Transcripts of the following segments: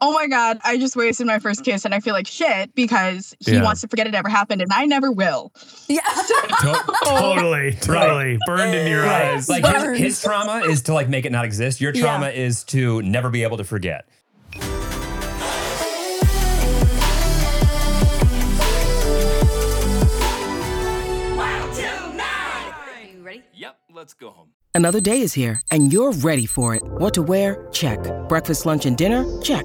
oh my God, I just wasted my first kiss and I feel like shit because he Yeah. wants to forget it ever happened and I never will. Yeah. To- totally, totally burned into your Right. eyes. Like his, Burn. his trauma is to like make it not exist. Your Yeah. trauma is to never be able to forget. Yep, let's go home. Another day is here, and you're ready for it. What to wear? Check. Breakfast, lunch, and dinner? Check.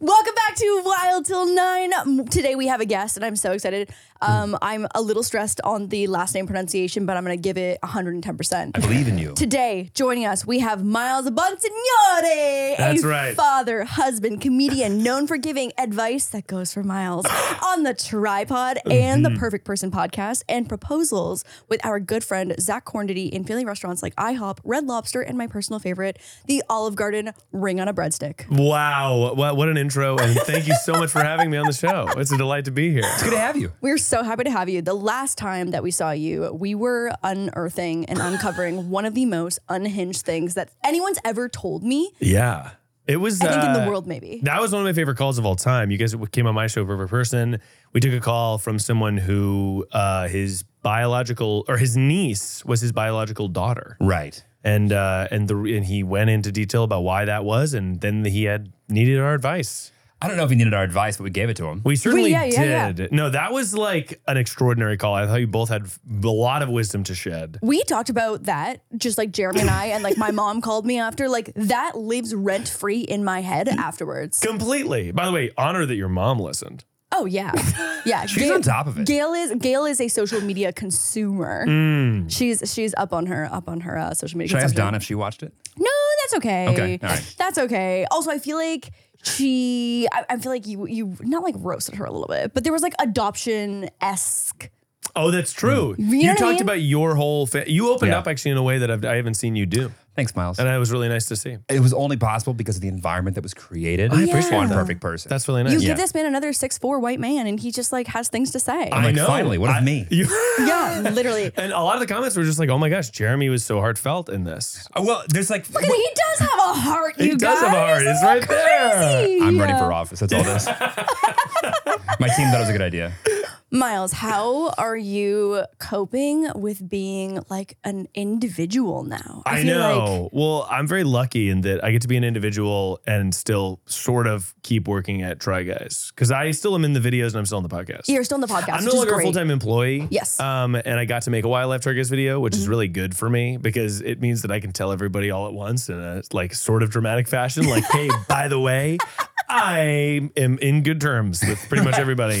Welcome back to Wild Till Nine. Um, Today we have a guest, and I'm so excited. Um, I'm a little stressed on the last name pronunciation, but I'm going to give it 110%. I believe in you. Today, joining us, we have Miles Bonsignore, That's a right. father, husband, comedian, known for giving advice that goes for miles on the tripod and Mm-hmm. the Perfect Person podcast and proposals with our good friend Zach Cornady in family restaurants like IHOP, Red Lobster, and my personal favorite, the Olive Garden Ring on a Breadstick. Wow, what, what an intro! And thank you so much for having me on the show. It's a delight to be here. Good to have you. We're so happy to have you. The last time that we saw you, we were unearthing and uncovering one of the most unhinged things that anyone's ever told me. Yeah, it was. I think in uh, the world, maybe. That was one of my favorite calls of all time. You guys came on my show for a person. We took a call from someone who uh, his biological or his niece was his biological daughter, Right. and uh, and the and he went into detail about why that was, and then he had needed our advice. I don't know if he needed our advice, but we gave it to him. We certainly yeah, yeah, yeah. did. No, that was like an extraordinary call. I thought you both had a lot of wisdom to shed. We talked about that, just like Jeremy and I, and like my mom called me after. Like that lives rent free in my head afterwards. Completely. By the way, honor that your mom listened. Oh yeah, yeah. She's on top of it. Gail is Gail is a social media consumer. She's she's up on her up on her uh, social media. Mm. Should I ask consumption. Donna if she watched it? No, that's okay. Okay, all right. That's okay. Also, I feel like she, I, I feel like you, you not like roasted her a little bit, but there was like adoption esque. Oh, that's true. You, know what I talked mean? about your whole. Fa- you opened Mm. Yeah. up actually in a way that I've, I haven't seen you do, Thanks, Miles. and it was really nice to see. it was only possible because of the environment that was created. I appreciate One that. perfect person. That's really nice. Oh, You Yeah. give this man another six four white man, and he just like has things to say. I'm like, finally, what of I- me? You- yeah, literally. and a lot of the comments were just like, "Oh my gosh, Jeremy was so heartfelt in this." Uh, well, there's like. Look at- he does have a heart. He you does have a guys. heart. It's right there. Crazy. Uh, I'm running for office. That's all this. My team thought it was a good idea. Miles, how are you coping with being like an individual now? I, feel know. well, I'm very lucky in that I get to be an individual and still sort of keep working at Try Guys because I still am in the videos and I'm still on the podcast. You're still in the podcast. I'm which no is longer a great. full time employee. Yes. Mm-hmm. Um, and I got to make a wildlife targets video, which is really good for me because it means that I can tell everybody all at once in a like sort of dramatic fashion, like, hey, by the way, I am in good terms with pretty much everybody.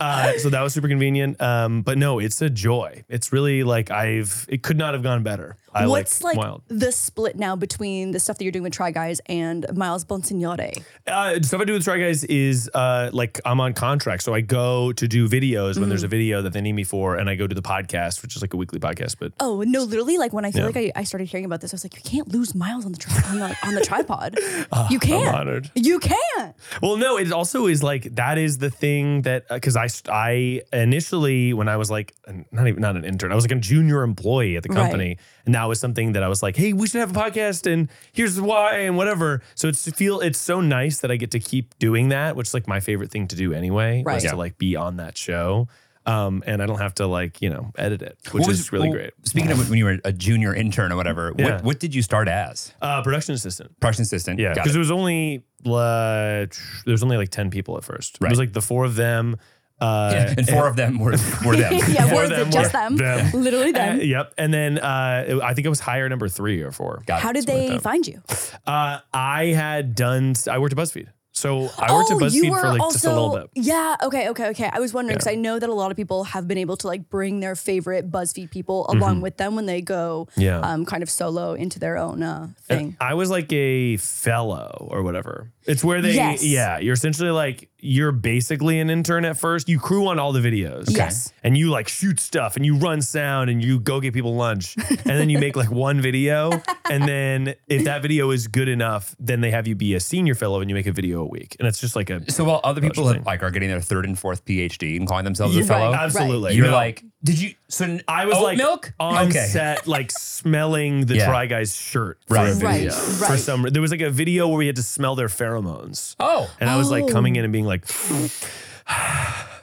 Uh, so that was super convenient. Um, but no, it's a joy. It's really like I've, it could not have gone better. I What's like, like, wild. the split now between the stuff that you're doing with Try Guys and Miles Bonsignore? Uh, stuff I do with Try Guys is uh, like I'm on contract, so I go to do videos when Mm. there's a video that they need me for, and I go to the podcast, which is like a weekly podcast. But Oh no, literally, like when I feel Yeah. like I, I started hearing about this, I was like, you can't lose Miles on the tri- on, the, on the tripod. you Ah, I'm can't. honored. You can't. Well, no, it also is like that is the thing that because I st- I initially when I was like an- not even not an intern, I was like a junior employee at the company, and that was something that I was like, hey, we should have a podcast, and here's why, and whatever. So it's to feel it's so nice that I get to keep doing that, which is like my favorite thing to do anyway, Right. was Yeah. to like be on that show. Um, and I don't have to like you know edit it, which What was- is really well, great. Speaking of when you were a junior intern or whatever, Yeah. what, what did you start as? Uh, production assistant, Production assistant. yeah, Got because it. it was only uh, tr- there was only like ten people at first. It was Right. like the four of them. Uh, Yeah, and four of them were, were them. yeah, For words them, them, just were- them. them. Literally Uh, them. yep. And then uh, it- I think I was hire number three or four. Got it. How did something like they that. find you? Uh, I had done. I worked at BuzzFeed, so I Oh, worked at BuzzFeed for like just a little bit. Yeah. Okay. Okay. Okay. I was wondering because Yeah. I know that a lot of people have been able to like bring their favorite BuzzFeed people along with them when they go, Mm-hmm. Yeah. um, kind of solo into their own uh, And thing. I was like a fellow or whatever. It's where they, Yes. yeah, you're essentially like, you're basically an intern at first. You crew on all the videos. Yes. And you like shoot stuff and you run sound and you go get people lunch. And then you make like one video. And then if that video is good enough, then they have you be a senior fellow and you make a video a week. And it's just like a So while other people Interesting. like are getting their third and fourth PhD and calling themselves a Yeah. fellow, Right. Absolutely. you're No. like, did you? So n- I was oat like milk on Okay. set, like smelling the Yeah. Try Guys shirt for a Right. video. Right, For right. some, there was like a video where we had to smell their pheromones, Oh, and I was like Oh. coming in and being like,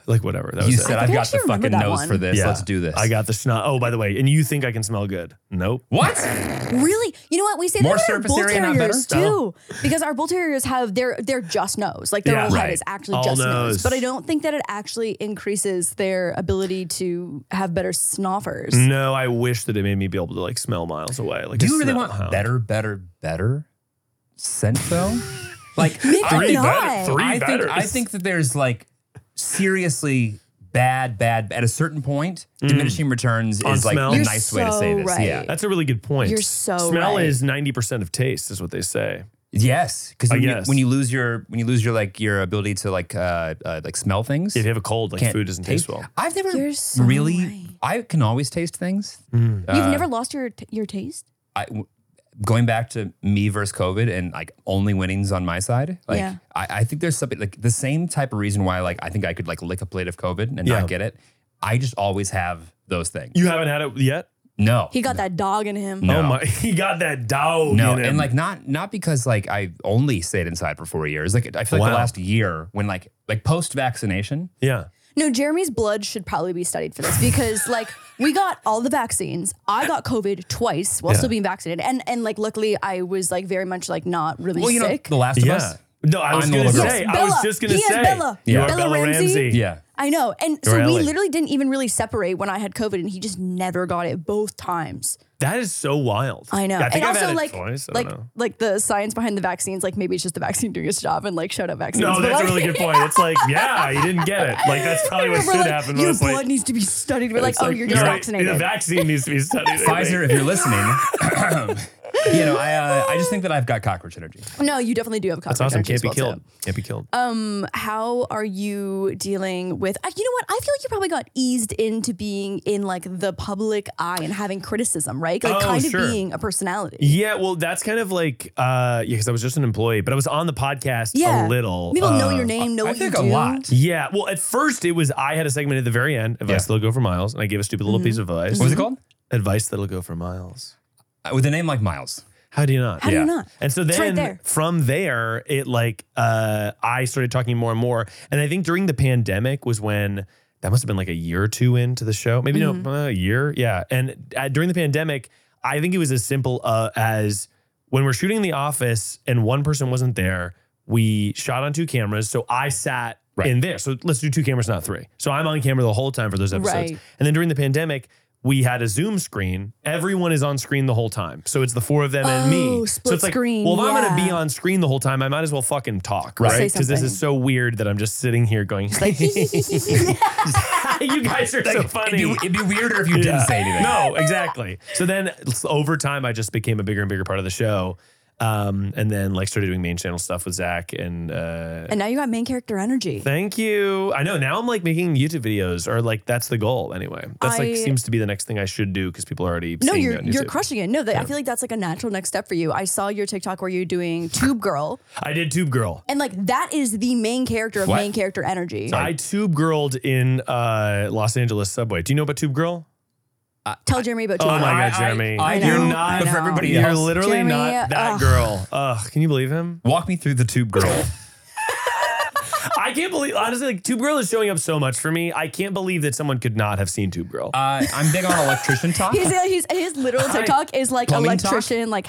like whatever. That was you it. said I I've think I got the actually remember fucking that nose one. for this. Yeah. Let's do this. I got the schnoz. Oh, by the way, and you think I can smell good? Nope. what? Really? You know what? We say More that about our surface bull area, not better? terriers Oh. too, because our bull terriers have their their just nose, like their Yeah. whole head Right. is actually All just nose. nose. But I don't think that it actually increases their ability to have better snoffers. Mm. No, I wish that it made me be able to like smell miles away. Like, Do a you really smell want hound. better, better, better scent though? like Maybe I- Three not. better- three I think betters. I think that there's like seriously bad, bad. At a certain point, diminishing returns Mm. On is like smell? a You're nice way to say so this. right. Yeah. That's a really good point. You're so smell right. is ninety percent of taste, is what they say. Uh, Yes, because I when, you- guess. when you lose your when you lose your like your ability to like uh, uh like smell things, If you have a cold, like food doesn't taste well. I've never You're so really. right. I can always taste things. Mm. You've Uh, never lost your t- your taste. I w going back to me versus COVID and like only winnings on my side. Like Yeah. I, I think there's something like the same type of reason why like I think I could like lick a plate of COVID and Yeah. not get it. I just always have those things. You haven't had it yet. no, He got that dog in him. No. Oh my! He got that dog. no, in him. and like not not because like I only stayed inside for four years. Like I feel like Wow. the last year when like like post vaccination. yeah. No, Jeremy's blood should probably be studied for this because like we got all the vaccines. I got COVID twice while Yeah. still being vaccinated, and and like luckily I was like very much like not really Well, you sick. know, The Last of Yeah. Us. No, I was I'm gonna Oliver. say. Yes, I was Bella. just gonna He is say. Bella. You Yeah. are Bella Bella Ramsey. Ramsey. Yeah. I know. And so Really? we literally didn't even really separate when I had COVID and he just never got it both times. That is so wild. I know. Yeah, I think and I've also had it like twice. I like don't know. like the science behind the vaccines, like maybe it's just the vaccine doing its job and like shut up vaccines. No, But, that's like, a really good point. It's like, yeah, you didn't get it. Like that's probably what we're should like, happen. but Your it's blood like, needs to be studied. We're like, it's oh, you're just right, vaccinated. The vaccine needs to be studied. I Pfizer, if you're listening, you know, I uh, I just think that I've got cockroach energy. no, you definitely do have a That's awesome. Can't be killed. Can't be killed. Um, how are you dealing with uh, you know what i feel like you probably got eased into being in like the public eye and having criticism right like Oh, kind sure. of being a personality yeah, well, that's kind of like, uh, yeah, because I was just an employee, but I was on the podcast yeah a little. people know uh, your name know I what think you a do lot. Yeah, well, at first it was I had a segment at the very end, advice Yeah. that'll go for miles, and I gave a stupid little piece of advice. What was it called? Advice that'll go for miles. Uh, With a name like Miles. How do you not? how do Yeah. you not And so It's right then there. from there, it like uh I started talking more and more. And I think during the pandemic was when that must have been like a year or two into the show, maybe Mm-hmm. no uh, a year, yeah. And uh, during the pandemic, I think it was as simple uh, as when we're shooting in the office and one person wasn't there, we shot on two cameras. So I sat Right. in there. So let's do two cameras, not three. So I'm on camera the whole time for those episodes. Right. And then during the pandemic, we had a Zoom screen. Everyone is on screen the whole time. So it's the four of them and Oh, me. so split it's like, screen, well, if I'm going to yeah. be on screen the whole time, I might as well fucking talk, Let's say right? Because this is something. so weird that I'm just sitting here going, you guys are so funny. It'd be, it'd be weirder if you didn't Yeah. say anything. No, exactly. So then s- over time, I just became a bigger and bigger part of the show. Um, and then like started doing main channel stuff with Zach and uh, and now you got main character energy. thank you. I know now I'm like making YouTube videos or like that's the goal anyway. That's I- like seems to be the next thing I should do because people are already No, seeing me you're on you're YouTube. crushing it. No, that, I feel like that's like a natural next step for you. I saw your TikTok where you're doing Tube Girl, I did Tube Girl. and like that is the main character of What? main character energy. I Tube Girled in uh, Los Angeles subway. Do you know about Tube Girl? Tell Jeremy about Oh Tube Girl. my I- God, I- Jeremy. I know, you're I not. But for know. everybody You're else, literally Jeremy, not that ugh. girl. Ugh, can you believe him? walk me through the tube girl. I can't believe honestly, like Tube Girl is showing up so much for me. I can't believe that someone could not have seen Tube Girl. uh, I'm big on electrician talk. He's, uh, he's, his literal TikTok is like Plumbing talk? electrician, like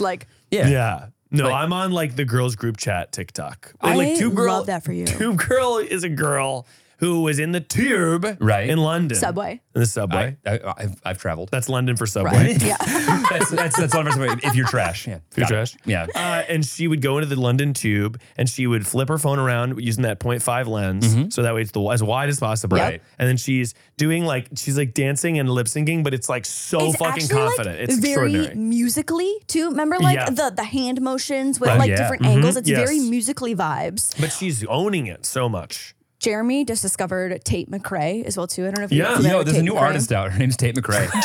like yeah. No, Like- I'm on like the girls group chat TikTok. And, I like Tube Girl love that for you. Tube Girl is a girl who was in the tube Right. in London. Subway. In the subway. I, I, I've, I've traveled. That's London for subway. Yeah. that's that's that's one person. If you're trash, yeah, Food Got it. trash. Yeah. Uh, and she would go into the London tube and she would flip her phone around using that 0.5 lens. Mm-hmm. So that way it's the, as wide as possible. Right. And then she's doing like, she's like dancing and lip syncing, but it's like so it's fucking actually, like, confident. it's very extraordinary. musically too. Remember, like Yeah. Mm-hmm. the the hand motions with Right. like Yeah. different angles. It's Yes. very musically vibes. But she's owning it so much. Jeremy just discovered Tate McRae as well too. I don't know if Yeah. you're You You familiar know, with there's a Tate new McRae. artist out. Her name's Tate McRae.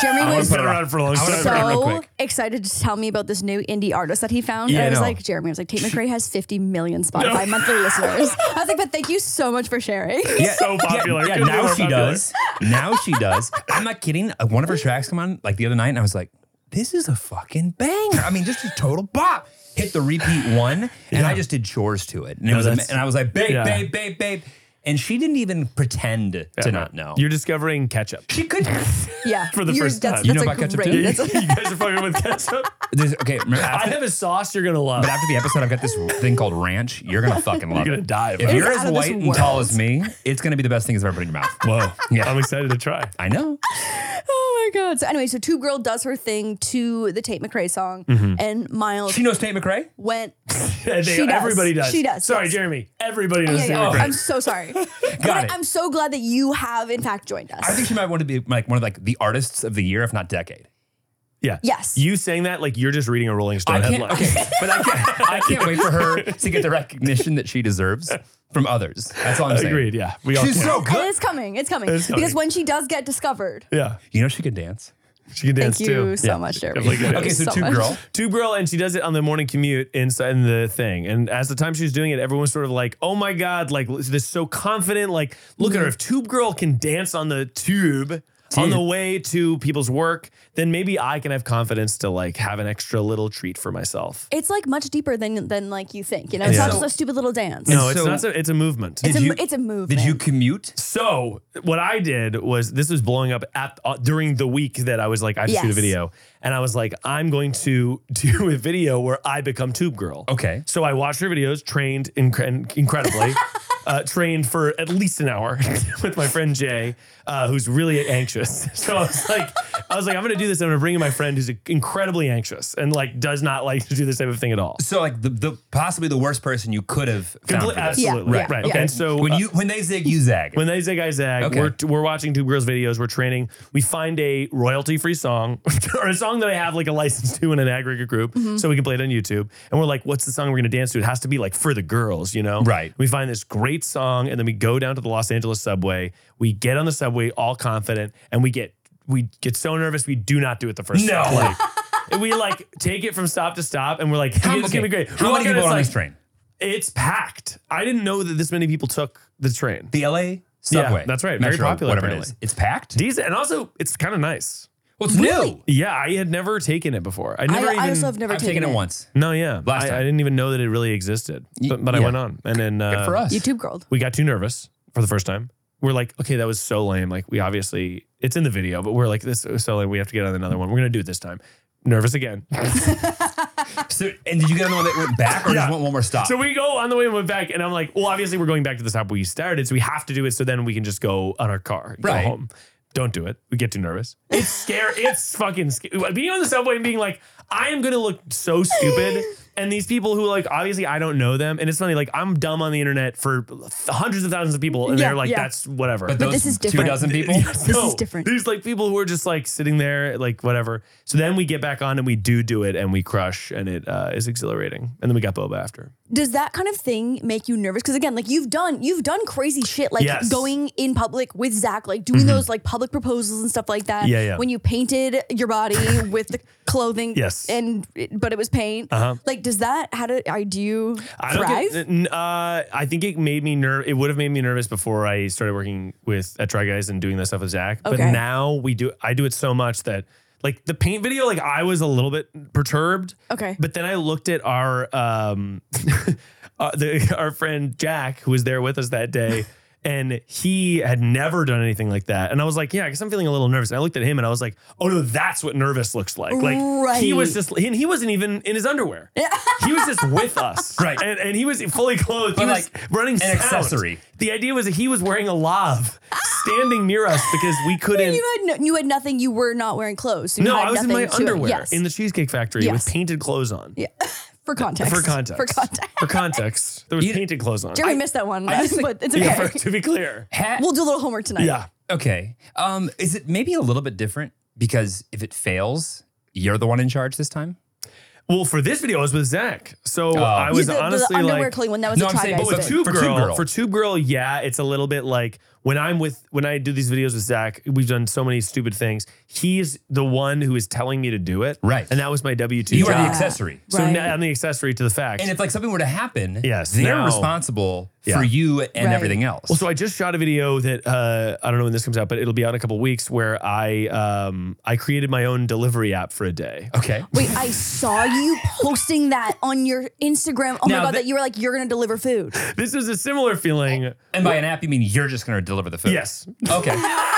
Jeremy I wanna was Put put it her on. around for a long I wanna time. put her on real so quick. excited to tell me about this new indie artist that he found. Yeah, and I I was know. like, Jeremy, I was like, Tate McRae has 50 million Spotify monthly listeners. I was like, but thank you so much for sharing. Yeah, so popular. Yeah, yeah, Couldn't be now more she popular. does. Now she does. I'm not kidding. Uh, One of her tracks come on like the other night, and I was like, "This is a fucking banger." I mean, just a total bop. Hit the repeat one, and I just did chores to it, and it was, ama- that's- and I was like, "Babe, yeah. babe, babe, babe," and she didn't even pretend to not know. You're discovering ketchup. she could. Yeah. For the You're- first that's, time. You that's know a about ketchup great- too? you that's guys a- are fucking with ketchup. There's, okay, remember, I after, have a sauce you're going to love. but after the episode, I've got this thing called ranch. You're gonna fucking love gonna it. die of If it. you're It's out as of this white and tall world. as me, it's gonna be the best thing that's ever put in your mouth. Whoa. Yeah. I'm excited to try. I know. Oh my god! So anyway, so Tube Girl does her thing to the Tate McRae song, Mm-hmm. and Miles She knows Tate McRae. went. They- She does. Everybody does. She does, Sorry, yes. Jeremy. Everybody Yeah, knows. yeah, Oh, Tate McRae. I'm so sorry. Got it. I'm so glad that you have in fact joined us. I think she might want to be like one of like the artists of the year, if not decade. Yeah. Yes. You saying that like you're just reading a Rolling Stone I can't, headline. okay, but I can't, I can't wait for her to get the recognition that she deserves from others. That's all I'm saying. Agreed. Yeah. We all She's can. so and good. it's coming. It's coming. Oh, It's Because coming. when she does get discovered, Yeah. You know she can dance. She can dance thank you too. so much, Jeremy. Definitely can Thank Okay, you dance. so, so Tube much. Girl. Tube girl, and she does it on the morning commute inside the thing. And as the time she was doing it, everyone was sort of like, "Oh my god!" Like this, so confident. Like, look Mm-hmm. at her. If Tube girl can dance on the tube on the way to people's work, then maybe I can have confidence to like have an extra little treat for myself. It's like much deeper than than like you think. You know, it's Yeah. not just a stupid little dance. No, it's so- not. so- It's a movement. It's a, you- it's a move. Did you commute? So what I did was this was blowing up at uh, during the week that I was like I have to shoot a Yes. video, and I was like I'm going to do a video where I become Tube Girl. Okay. So I watched her videos, trained incre- incredibly, uh, trained for at least an hour with my friend Jay, uh, who's really anxious. So I was like, I was like, I'm going to do this. I'm going to bring in my friend who's incredibly anxious and like does not like to do this type of thing at all. So like the, the possibly the worst person you could have found Comple- for this. absolutely Yeah, right. yeah, right. yeah. Okay. And so When uh, you when they zig, you zag. When they zig, I zag. Okay. We're, we're watching Tube Girls videos. We're training. We find a royalty free song or a song that I have like a license to in an aggregate group Mm-hmm. so we can play it on YouTube. And we're like, what's the song we're going to dance to? It has to be like for the girls, you know? Right. We find this great song and then we go down to the Los Angeles subway. We get on the subway all confident and we get we get so nervous we do not do it the first No. time. Like, and we like take it from stop to stop and we're like, How- it's going to be okay, great. How We many look at it, people it's on like, this train? It's packed. I didn't know that this many people took the train. The LA subway. that's right. Very Metro, popular, Whatever it apparently. is. It's packed. Decent. And also, it's kind of nice. well, it's new. Yeah, I had never taken it before. I I, never even. I also have never I've taken, taken it once. no, yeah. Last I, I time. didn't even know that it really existed. But, but I yeah. went on. And then uh, Good for us. YouTube Girl. we got too nervous for the first time. We're like, okay, that was so lame. Like, we obviously, it's in the video, but we're like, this is so lame. We have to get on another one. We're going to do it this time. Nervous again. So, and did you get on the one that went back or Yeah. just went one more stop? So we go on the way and went back, and I'm like, well, obviously we're going back to the stop we started, so we have to do it. So then we can just go on our car, and Right. go home. Don't do it. We get too nervous. It's scary. it's fucking scary. Being on the subway and being like, I am gonna look so stupid. And these people who like obviously I don't know them, and it's funny. Like I'm dumb on the internet for th- hundreds of thousands of people, and Yeah, they're like, yeah. that's whatever. But But those this is two different. dozen people. This is different. There's like people who are just like sitting there, like whatever. So then we get back on and we do do it, and we crush, and it uh, is exhilarating. And then we got Boba after. Does that kind of thing make you nervous? Because again, like you've done, you've done crazy shit, like Yes. Mm-hmm. going in public with Zach, like doing those like public proposals and stuff like that. Yeah, yeah. When you painted your body with the clothing, Yes. and but it was paint. Uh-huh. Like, does that? How do I do? You I thrive? Get, n- uh, I think it made me nerve. It would have made me nervous before I started working with at Try Guys and doing that stuff with Zach. But Okay. now we do. I do it so much that like the paint video. Like I was a little bit perturbed. Okay. But then I looked at our um, uh, the, our friend Jack who was there with us that day. And he had never done anything like that. And I was like, yeah, I guess I'm feeling a little nervous. And I looked at him and I was like, oh no, that's what nervous looks like. Like he was Right. just, and he wasn't even in his underwear. he was just with us. Right. And, and he was fully clothed. But he was like, running an sound. accessory. The idea was that he was wearing a lav standing near us because we couldn't. you had no, you had nothing. You were not wearing clothes. So you no, had I was in nothing my to it. underwear Yes. in the Cheesecake Factory Yes. with painted clothes on. yeah. For context. For context. For context. For context. There was painted clothes on. Jeremy missed that one, I just think- but it's okay. Yeah, for- to be clear. Ha- we'll do a little homework tonight. Yeah. Okay. Um, is it maybe a little bit different because if it fails, you're the one in charge this time? Well, for this video, I was with Zach. So Oh. I You- was the, the honestly underwear like. clothing one that was No, a I'm try saying, guys but But with thing. two- Tube For Girl, Girl. for Tube Girl, yeah, it's a little bit like when I'm with when I do these videos with Zach. We've done so many stupid things. He's the one who is telling me to do it, Right. And that was my W two. you are the Yeah. accessory. so Right. now I'm the accessory to the fact. And if like something were to happen, Yes, they're now- responsible Yeah. for you and Right. everything else. Well, so I just shot a video that uh, I don't know when this comes out, but it'll be out in a couple weeks where I um, I created my own delivery app for a day. okay. Wait, I saw you posting that on your Instagram. Oh Now my god, that- Uh, that you were like, you're gonna deliver food. This is a similar feeling. And by an app, you mean you're just going to deliver the food? Yes, Okay.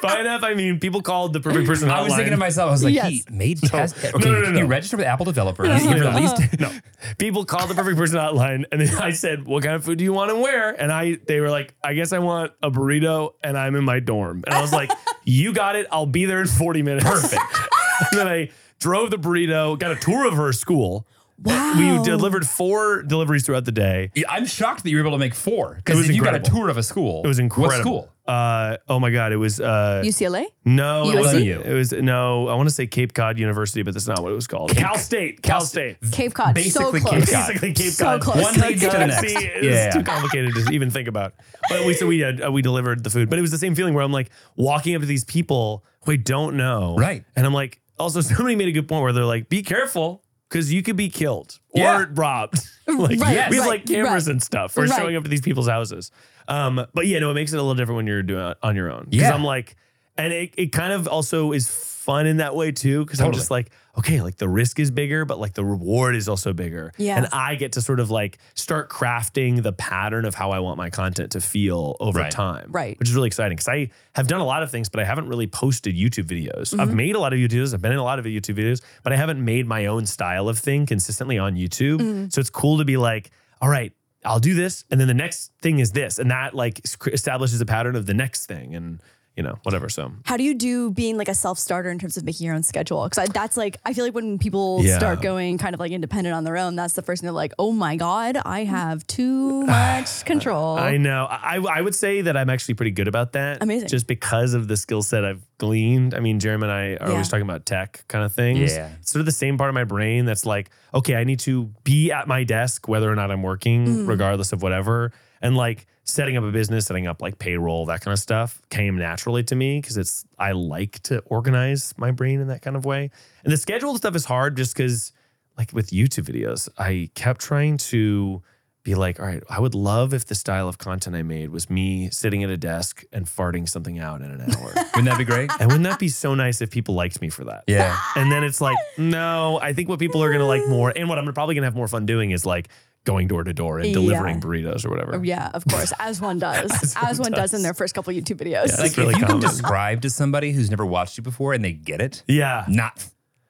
by an app I mean people called the perfect person. I was hotline. thinking to myself, I was like, Yes. he made test. Okay, no, no, no. you registered with Apple developers. Yeah. You released no. People called the perfect person hotline, and then I said, "What kind of food do you want and where?" And I, they were like, "I guess I want a burrito, and I'm in my dorm." And I was like, "You got it. I'll be there in 40 minutes." Perfect. and then I drove the burrito, got a tour of her school. Wow. We delivered four deliveries throughout the day. Yeah, I'm shocked that you were able to make four It because was if you got a incredible. tour of a school, It was incredible. What school? Uh, oh my god! It was uh, UCLA. no, it USC? wasn't. LSU. It was no. I want to say Cape Cod University, but that's not what it was called. Cal State. Cal State. Cape Cod. Basically so Cape close. Cod. basically Cape So Cod. close. One leads to the next. See, it's Yeah. too complicated to even think about. But we so we uh, we delivered the food, but it was the same feeling where I'm like walking up to these people who I don't know, Right. And I'm like, also somebody made a good point where they're like, be careful because you could be killed or Yeah. robbed. like Right, we have right, like cameras right. and stuff. We're Right. showing up to these people's houses. Um, but yeah, no, it makes it a little different when you're doing it on your own. Because Yeah. I'm like, and it, it kind of also is fun in that way too. Because I'm Totally. just like, okay, like the risk is bigger, but like the reward is also bigger. Yeah. And I get to sort of like start crafting the pattern of how I want my content to feel over Right. time. Right. Which is really exciting because I have done a lot of things, but I haven't really posted YouTube videos. Mm-hmm. I've made a lot of YouTube videos. I've been in a lot of YouTube videos, but I haven't made my own style of thing consistently on YouTube. So it's cool to be like, all right, I'll do this. And then the next thing is this. And that like s- cr- establishes a pattern of the next thing and, you know, whatever. So How do you do being like a self starter in terms of making your own schedule? Because that's like, I feel like when people Yeah. start going kind of like independent on their own, that's the first thing they're like, oh my God, I have too much control. I know. I, I would say that I'm actually pretty good about that. Amazing. Just because of the skill set I've gleaned. I mean, Jeremy and I are always Yeah. talking about tech kind of things. Yeah. It's sort of the same part of my brain that's like, okay, I need to be at my desk whether or not I'm working, Mm. regardless of whatever. And like setting up a business, setting up like payroll, that kind of stuff came naturally to me because it's, I like to organize my brain in that kind of way. And the scheduled stuff is hard just because, like with YouTube videos, I kept trying to be like, all right, I would love if the style of content I made was me sitting at a desk and farting something out in an hour. Wouldn't that be great? and wouldn't that be so nice if people liked me for that? yeah. And then it's like, no, I think what people are gonna like more, and what I'm probably gonna have more fun doing is like going door to door and Yeah. delivering burritos or whatever. Yeah, of course, as one does, as, one does. in their first couple YouTube videos. Yeah. Like It's really if you common. can describe to somebody who's never watched you before and they get it, Yeah. not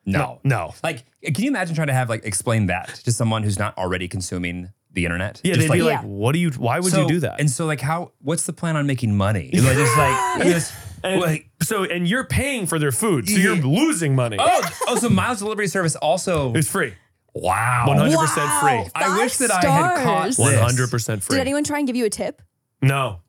no. No. Like, can you imagine trying to have like explain that to someone who's not already consuming the internet? Yeah, Just they'd be like- like, Yeah. what do you why would So- you do that? And so, like, how? What's the plan on making money? Like, just like, just, like So, and you're paying for their food, so you're Yeah. losing money. Oh, oh, so Miles Delivery Service also. It's free. Wow. 100% Wow. free. I wish that Five I had caught stars. this. 100% free. Did anyone try and give you a tip? no.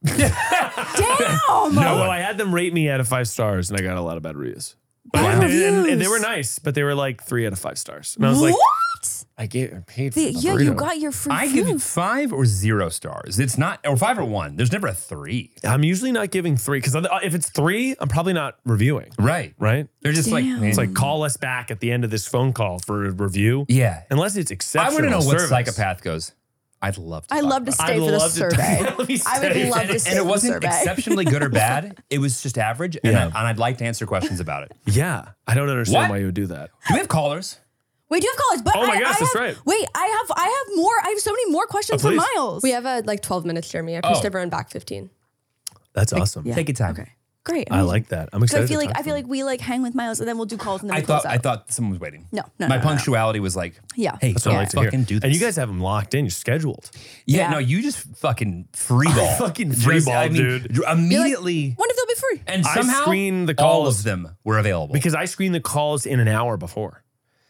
Damn! No, well, I had them rate me out of five stars, and I got a lot of bad reviews. But Bad and, and- and they reviews. were nice, but they were like three out of five stars. And I was like, what? I gave I paid for The- the yeah, you burrito. got your free I give food. you five or zero stars. It's not, or five or one. There's never a three. I'm usually not giving three because if it's three, I'm probably not reviewing. Right. Right? They're just like, Damn. It's like call us back at the end of this phone call for a review, yeah. unless it's I exceptional. want to know what service. psychopath goes. I'd love to. I talk love to about stay I'd for the love to- survey. Let me I stay. would love and, to it- stay and for the it wasn't survey. exceptionally good or bad. It was just average. And, I, Yeah. and I'd like to answer questions about it. Yeah, I don't understand What? why you would do that. Do we have callers? We do have college, but Oh my I, gosh, I that's have- right. Wait, I have I have more. I have so many more questions Oh, for please. Miles. We have a like 12 minutes, Jeremy. I pushed Oh. everyone back 15. That's awesome. Take your time. Okay. great. I like that. I'm So excited. I feel to like talk I to feel them. like we like hang with Miles and then we'll do calls and then I we close thought out. I thought someone was waiting. No, no, no, My no, no. punctuality was like, Yeah. Hey, That's what I like to hear. fucking do this. And you guys have them locked in. You're scheduled. Yeah, Yeah. no, you just fucking free ball. fucking Just- free ball, I mean, dude. you- Immediately. Wonder if they'll be free. and I somehow screened the all calls. of them were available. because I screen the calls in an hour before.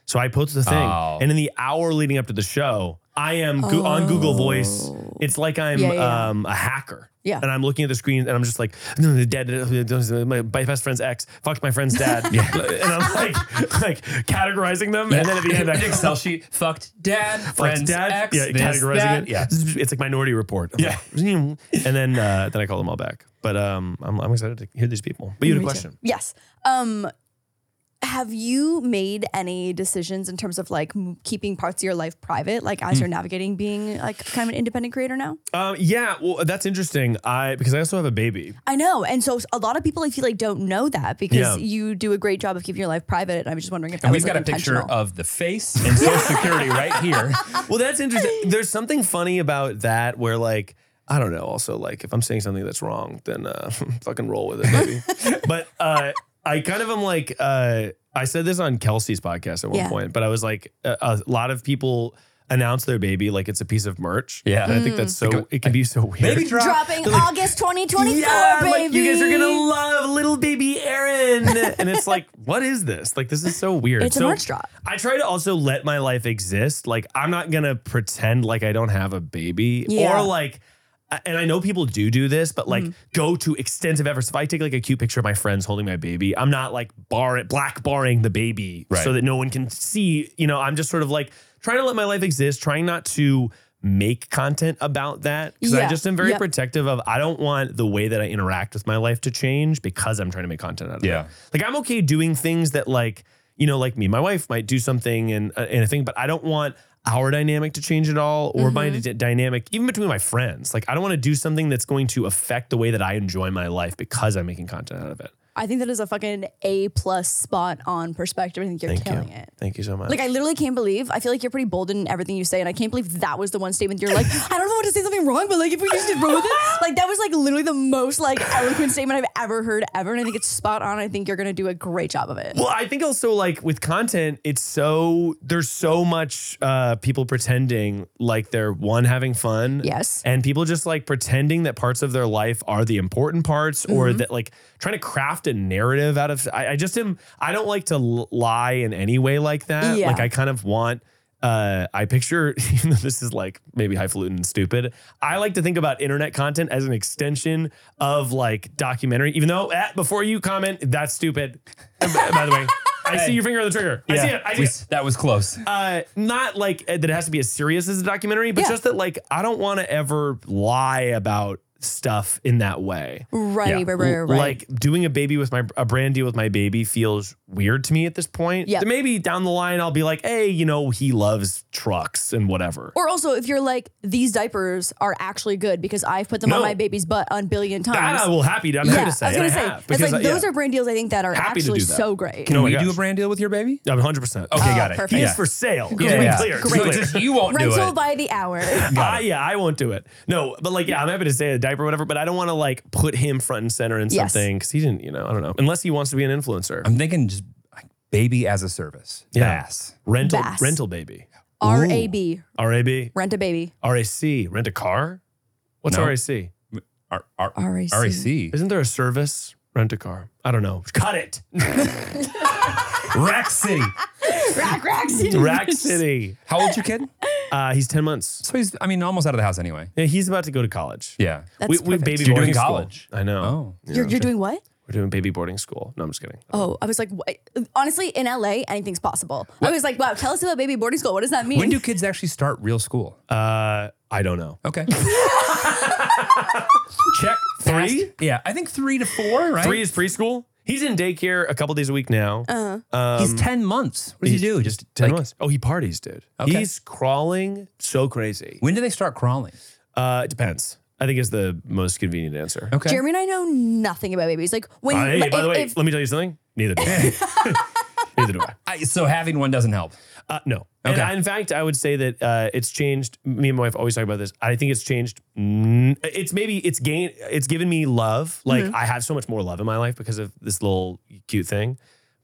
So I post the thing, Oh. and in the hour leading up to the show, I am go- on Google Voice. It's like I'm Oh. Yeah, yeah, yeah. Um, a hacker. Yeah. And I'm looking at the screen, and I'm just like, "No, the dad, uh, my my best friend's ex fucked my friend's dad, and I'm like, like categorizing them, and then at the end, I an Excel sheet, fucked dad, Fucked friends, dad, ex, yeah, this, categorizing that. it, Yeah. It's like Minority Report, I'm Yeah. like, and then uh, then I call them all back. But um, I'm, I'm excited to hear these people. But you had a question. Oh, Yes. Um, have you made any decisions in terms of like m- keeping parts of your life private, like Hmm. as you're navigating being like kind of an independent creator now? Um, yeah, well, that's interesting. I because I also have a baby. I know, and so a lot of people I feel like don't know that because Yeah. you do a great job of keeping your life private, and I was just wondering if that And was we've got a like, picture intentional. of the face and social security right here. well, that's interesting. There's something funny about that where like I don't know. Also, like if I'm saying something that's wrong, then uh, fucking roll with it, baby. but uh, I kind of am like uh, I said this on Kelsey's podcast at one Yeah. point, but I was like a, a lot of people announce their baby like it's a piece of merch. Yeah. and I think that's so. Like it can be so weird. Baby drop. Mm. dropping August 2024, Yeah, I'm baby. like, you guys are gonna love little baby Aaron, and it's like, what is this? Like, this is so weird. It's a So merch drop. I try to also let my life exist. Like, I'm not gonna pretend like I don't have a baby Yeah. Mm-hmm. or like. And I know people do do this, but like go to extensive efforts. If I take like a cute picture of my friends holding my baby, I'm not like bar black barring the baby Right. so that no one can see. You know, I'm just sort of like trying to let my life exist, trying not to make content about that because I Yeah. just am very Yep. protective of I don't want the way that I interact with my life to change because I'm trying to make content out of Yeah. it. Like I'm okay doing things that like, you know, like me, my wife might do something and, uh, and a thing, but I don't want our dynamic to change at all or my Mm-hmm. d- dynamic, even between my friends. Like I don't want to do something that's going to affect the way that I enjoy my life because I'm making content out of it. I think that is a fucking A plus spot on perspective. I think you're Thank killing you. it. Thank you so much. Like I literally can't believe. I feel like you're pretty bold in everything you say, and I can't believe that was the one statement you're like. I don't know what to say something wrong, but like if we just did wrong with it, like that was like literally the most like eloquent statement I've ever heard ever, and I think it's spot on. I think you're gonna do a great job of it. Well, I think also like with content, it's so there's so much uh people pretending like they're one having fun. Yes. And people just like pretending that parts of their life are the important parts or Mm-hmm. that like trying to craft a narrative out of I, I just am I don't like to l- lie in any way like that. Yeah. Like I kind of want uh, I picture, even though this is like maybe highfalutin and stupid, I like to think about internet content as an extension of like documentary. Even though eh, before you comment, that's stupid. By by the way, I see your finger on the trigger. I see it. I see We- it. That was close. Uh, not like uh, that it has to be as serious as a documentary, but Yeah. just that like I don't want to ever lie about stuff in that way. Right, Yeah. right, right, right. Like doing a baby with my a brand deal with my baby feels weird to me at this point. Yeah. Then Maybe down the line I'll be like, hey, you know, he loves trucks and whatever. or also if you're like these diapers are actually good because I've put them on No. my baby's butt a billion times. That I will happy. I'm happy to say. I was gonna and I say have, it's because like I- those yeah. are brand deals I think that are Happy to actually do that. so great. Can Oh my you gosh. do a brand deal with your baby? I'm 100. percent Okay, Oh, got it. perfect. He Yeah. is for sale. Yeah. To be Yeah. clear. to be So clear. just you won't do Rental it. by the hour. I, yeah, I won't do it. No, but like, yeah, I'm happy to say a diaper or whatever, but I don't want to like put him front and center in Yes. something because he didn't, you know, I don't know. Unless he wants to be an influencer. I'm thinking just like baby as a service. Yeah. Bass. rental, Bass. rental baby. R A B. RAB, Rent a baby. RAC, rent a car? What's No. RAC? R- R- R A C. RAC. Isn't there a service? Rent a car. I don't know. Cut it. Rack City. Rack, rack, city. Rack City. How old's your kid? Uh, he's 10 months. So he's, I mean, almost out of the house anyway. Yeah, he's about to go to college. Yeah. That's we, we perfect. baby You're boarding doing school. college. I know. Oh. You're, you're doing what? We're doing baby boarding school. No, I'm just kidding. Oh, I was like, wh- honestly, in LA, anything's possible. I was like, wow, tell us about baby boarding school. What does that mean? When do kids actually start real school? Uh, I don't know. Okay. Check three. Yeah, I think three to four. Right. Three is preschool. He's in daycare a couple days a week now. Uh, Uh. Uh-huh. he's ten months. What does he do? Just ten like, months. Oh, he parties, dude. Okay. He's crawling so crazy. When do they start crawling? Uh, it depends. I think is the most convenient answer. Okay. Jeremy and I know nothing about babies. Like when, Uh, hey, by if- the way, if- let me tell you something. Neither do I. Neither do I. I, so having one doesn't help. Uh, no. And Okay. I- in fact, I would say that uh, it's changed. Me and my wife always talk about this. I think it's changed. mm, It's maybe it's gain. It's given me love. Like Mm-hmm. I have so much more love in my life because of this little cute thing.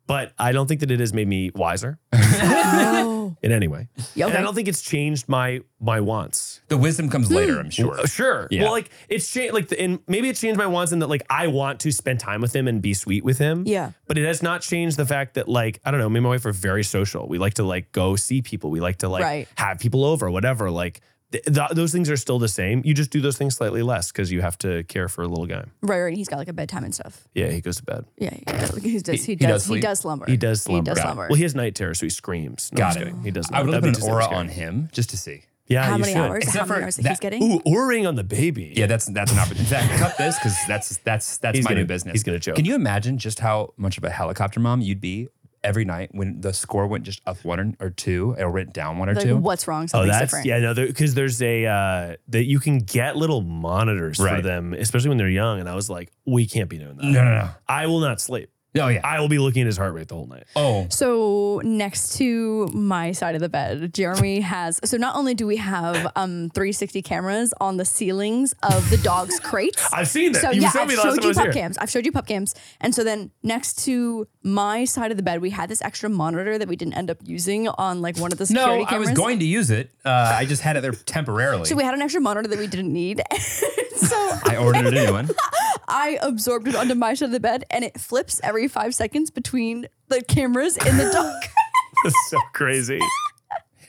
But I don't think that it has made me wiser oh, in any way. yeah, And I okay. don't think it's changed my my wants. The wisdom comes later, I'm sure. Uh, Sure. Yeah. Well, like it's changed. Like, the, and maybe it changed my wants in that, like, I want to spend time with him and be sweet with him. Yeah. But it has not changed the fact that, like, I don't know. Me and my wife are very social. We like to like go see people. We like to like Right. have people over, or whatever. Like, th- th- those things are still the same. You just do those things slightly less because you have to care for a little guy. right, right. He's got like a bedtime and stuff. Yeah, he goes to bed. Yeah, he does. He does. He does does, he sleep? does slumber. He does slumber. He does slumber. Well, he has night terror, so he screams. No, Got I'm just it. kidding. He doesn't. I would That'd be put an too aura scary. on him just to see. Yeah, how you many should. hours? How Except many for hours that he's that- getting? Ooh, o-ring on the baby. Yeah, that's that's an opportunity. Zach, cut this because that's that's that's He's my gonna- new business. he's gonna choke. Can you imagine just how much of a helicopter mom you'd be every night when the score went just up one or two or went down one or like, two? what's wrong? Oh, Something's that's different. yeah, no, because there's a uh, that you can get little monitors for Right. them, especially when they're young. And I was like, we can't be doing that. No, no, I will not sleep. no. Oh yeah. I will be looking at his heart rate the whole night. Oh, So next to my side of the bed, Jeremy has. So not only do we have um 360 cameras on the ceilings of the dog's crates. I've seen that. So you yeah, showed I've me last showed time I you was pup here. cams. I've showed you pup cams. And so then next to my side of the bed, we had this extra monitor that we didn't end up using on like one of the security no. I cameras. was going to use it. Uh, I just had it there temporarily. So we had an extra monitor that we didn't need. so I ordered a new one. I absorbed it onto my side of the bed, and it flips every five seconds between the cameras in the dog. That's so crazy.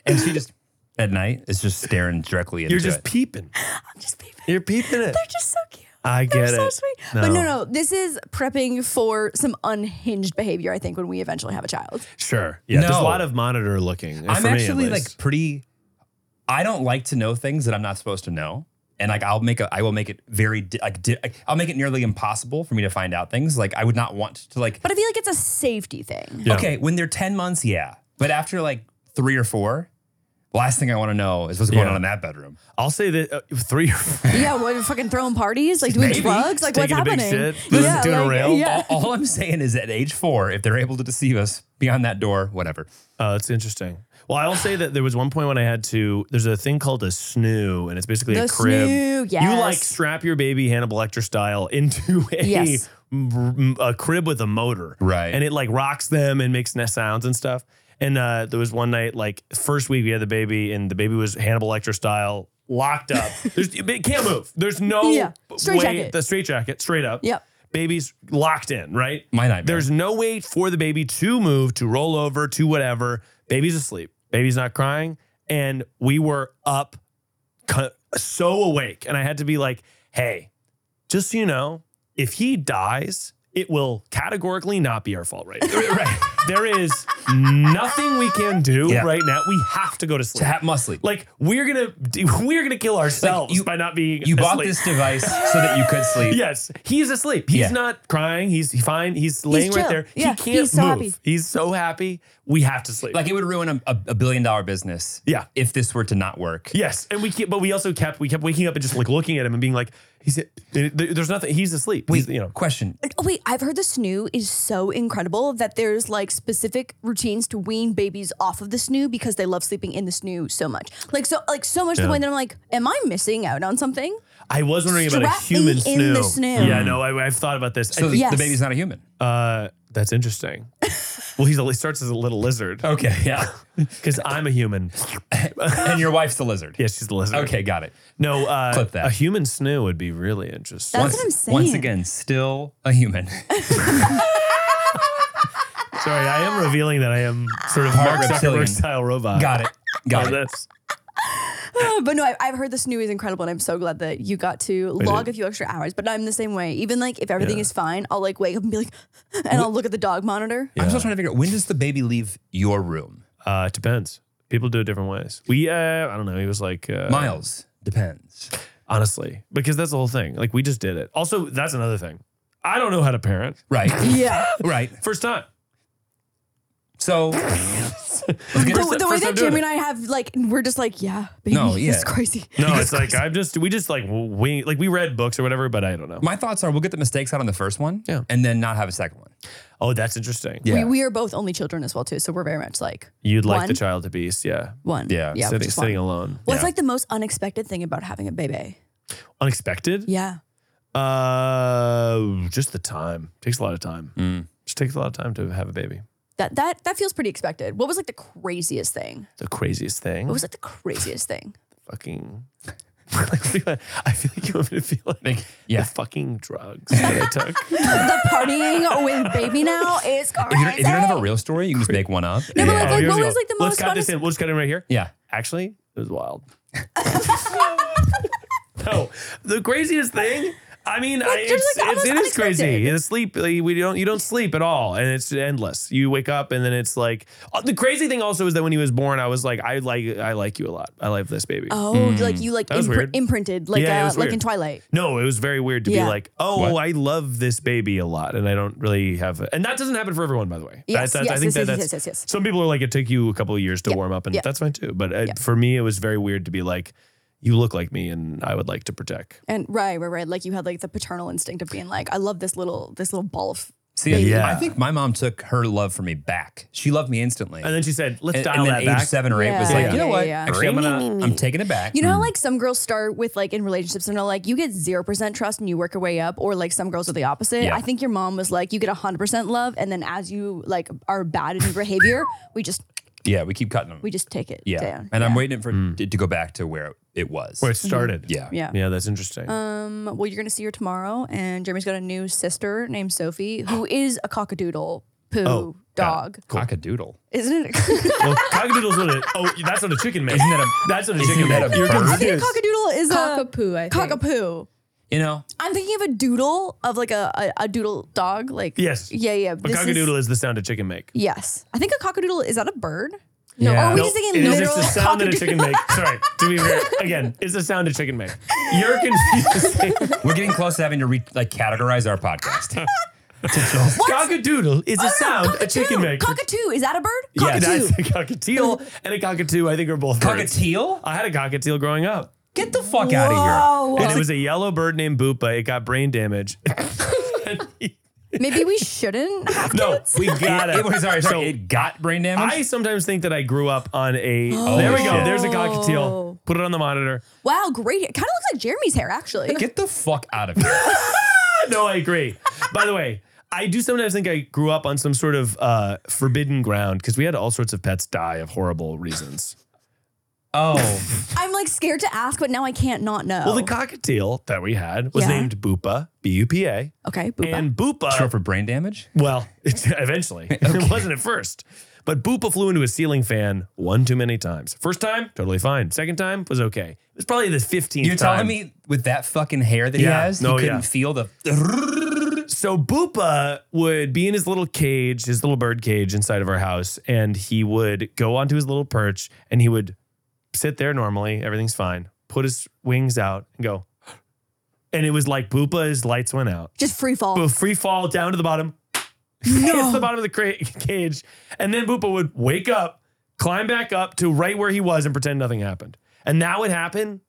And she just at night is just staring directly into You're just it. peeping. I'm just peeping. You're peeping it. They're just so cute. I They're get so it. sweet. But no, no, this is prepping for some unhinged behavior, I think, when we eventually have a child. Sure. Yeah. There's a No. lot of monitor looking. uh, I'm for me, at actually like least. pretty. I don't like to know things that I'm not supposed to know, and like I'll make a, I will make it very di- like di- like, I'll make it nearly impossible for me to find out things. Like I would not want to like. But I feel like it's a safety thing. Yeah. Okay, when they're ten months, yeah, but after like three or four, last thing I want to know is what's going Yeah. on in that bedroom. I'll say that uh, three or four. Yeah, what are fucking throwing parties, like doing Maybe. drugs, like what's Taking a big happening? shit, doing- doing a rail. Yeah. All, all I'm saying is, at age four, if they're able to deceive us beyond that door, whatever. Oh, that's interesting. Well, I'll say that there was one point when I had to. There's a thing called a snoo, and it's basically a The crib. snoo, You like yes. strap your baby Hannibal Lecter style into a Yes. m- a crib with a motor, Right. And it like rocks them and makes nest sounds and stuff. And uh, there was one night, like first week, we had the baby, and the baby was Hannibal Lecter style, locked up. There's it can't move. There's no Yeah. b- Straight way. jacket. The straight jacket, straight up. Yep. Baby's locked in, right? My nightmare. There's no way for the baby to move, to roll over, to whatever. Baby's asleep. Baby's not crying. And we were up co- so awake. And I had to be like, hey, just so you know, if he dies, it will categorically not be our fault right now. right. There is nothing we can do Yeah. right now. We have to go to sleep. Tap Musley. Like we're gonna we're gonna kill ourselves you- by not being You bought asleep. this device so that you could sleep. Yes, he's asleep. He's Yeah. not crying. He's fine. He's laying right chill. there. Yeah, He can't he's so move. happy. He's so happy. We have to sleep. Like it would ruin a, a, a billion dollar business. Yeah. If this were to not work. yes, and we keep, but we also kept we kept waking up and just like looking at him and being like, he's there- there's nothing. He's asleep. He's, you know. Question. Oh, wait, I've heard the snoo is so incredible that there's like specific routines to wean babies off of the snoo because they love sleeping in the snoo so much. Like so like so much to the Yeah. point that I'm like, am I missing out on something? I was wondering about a Strap me human in snoo. the snoo. Yeah, no, I, I've thought about this. I So the, think- Yes. the baby's not a human. uh, that's interesting. Well, he's a, he starts as a little lizard Okay, yeah. because I'm a human. and your wife's the lizard. Yeah, she's the lizard. Okay, got it. No, uh, Clip that. a human snoo would be really interesting. That's once, what I'm saying. Once again, still a human. Sorry, I am revealing that I am sort of Part Mark reptilian. Zuckerberg style robot. got it. Got it. That's- but no, I've, I've heard the snoo is incredible, and I'm so glad that you got to log a few extra hours. But I'm the same way. Even like if everything is fine, I'll like wake up and be like, and I'll look at the dog monitor. I'm still trying to figure out when does the baby leave your room? Uh, it depends. People do it different ways. We, uh, I don't know. He was like uh, Miles depends. honestly, because that's the whole thing. Like we just did it. Also, that's another thing. I don't know how to parent. Right. Yeah. right. First time. So let's The, get- First- the way first I'm that doing Jamie it. and I have like, we're just like, yeah, baby, No, yeah. it's crazy. No, it's like I'm just we just like we like we read books or whatever, but I don't know. my thoughts are we'll get the mistakes out on the first one Yeah. and then not have a second one. Oh, that's interesting. We, we are both only children as well too, so we're very much like You'd like the One. child to be, yeah. one. Yeah, yeah, sitting, just one. sitting alone. Well, Yeah. it's like the most unexpected thing about having a baby. unexpected? Yeah. Uh, just the time takes a lot of time. Mm. Just takes a lot of time to have a baby. That that that feels pretty expected. What was like the craziest thing? The craziest thing. What was like the craziest thing? fucking. like, what do you want- I feel like you want me to feel like, Like, yeah. the fucking drugs that I took. the partying with baby now is If crazy. you, don't, if you don't have a real story, you can just make one up. No, but, like, Oh, like, here's what the- was, like, the Let's most cut this funnest- in. We'll just cut it right here. yeah. Actually, it was wild. no, the craziest thing. I mean, I, just, it's, like, it's, it almost is crazy. unexpected. It's sleep. like, We don't you don't sleep at all, and it's endless. You wake up, and then it's like oh, the crazy thing. Also, is that when he was born, I was like, I like I like you a lot. I love this baby. Oh, like you Mm. like That was impr- weird. imprinted, like Yeah, it uh, was like weird. in Twilight. No, it was very weird to Yeah. be like, oh, What? I love this baby a lot, and I don't really have. A, and that doesn't happen for everyone, by the way. Yes, That- that- yes, yes, yes, that's- yes, yes, yes. Some people are like, it took you a couple of years to Yeah, warm up, and yeah. that's fine too. But uh, for me, it was very weird to be like, you look like me, and I would like to protect. And right, right, right. Like you had like the paternal instinct of being like, I love this little this little ball of See, Yeah. I think my mom took her love for me back. She loved me instantly. And then she said, let's and, dial and then that age back. seven or eight was Yeah, like, yeah, you know yeah, what? yeah. Actually, I'm, gonna, I'm taking it back. You know, Hmm. how, like some girls start with like in relationships and they're like, you get zero percent trust and you work your way up, or like some girls are the opposite. Yeah. I think your mom was like, you get hundred percent love, and then as you like are bad in your behavior, we just yeah, we keep cutting them. we just take it yeah. down. Hmm. And I'm waiting for it to go back to where it was. Mm-hmm. where it started. Yeah. yeah. Yeah, that's interesting. Um, well, you're gonna see her tomorrow, and Jeremy's got a new sister named Sophie, who is a cockadoodle poo Oh, dog, Cockadoodle. isn't it? well, cockadoodle's what it. Oh, that's what a chicken makes. Isn't that a? That's what a Isn't chicken that a makes. You're bird? I think a confused. cockadoodle is Cockapoo, I a think. cockapoo. You know, I'm thinking of a doodle of like a a, a doodle dog, like Yes. yeah, yeah. A cockadoodle is the sound a chicken make. Yes. I think a cockadoodle is that a bird? No. Or are we No, just it oh, thinking is literal just the sound that a chicken cockadoodle? makes. Sorry, to be fair, again, it's the sound a chicken makes. You're confused. we're getting close to having to re- like categorize our podcast. Cockadoodle is a sound a Cockatoo. chicken makes. Cockatoo. Is that a bird? yeah, Cockatoo. that's a cockatiel and a cockatoo. I think are both birds. Cockatiel? I had a cockatiel growing up, Get the fuck out of and it was a yellow bird named Boopa. It got brain damage. Maybe we shouldn't have no, kids. we got here. It was sorry, sorry. So- it got brain damage. Oh, I sometimes think that I grew up on a. there we go. shit. Oh. There's a cockatiel. Put it on the monitor. Wow, great. It kind of looks like Jeremy's hair, actually. Get the fuck out of here. No, I agree. By the way, I do sometimes think I grew up on some sort of uh, forbidden ground because we had all sorts of pets die of horrible reasons. Oh, I'm like scared to ask, but now I can't not know. Well, the cockatiel that we had was Oh. Yeah. named Bupa, B U P A, okay, Boopa. and Bupa. short for brain damage? Well, it, eventually. It wasn't at first. But Bupa flew into a ceiling fan one too many times. First time, totally fine. Second time was okay. It was probably the 15th You're time. telling me with that fucking hair that Yeah. he has, No, he couldn't yeah. feel the. So Bupa would be in his little cage, his little bird cage inside of our house, and he would go onto his little perch and he would sit there normally, everything's fine, put his wings out and go. And it was like Bupa's lights went out. Just free fall. But free fall down to the bottom, hits the bottom of the cra- cage, and then Bupa would wake up, climb back up to right where he was and pretend nothing happened. And that would happen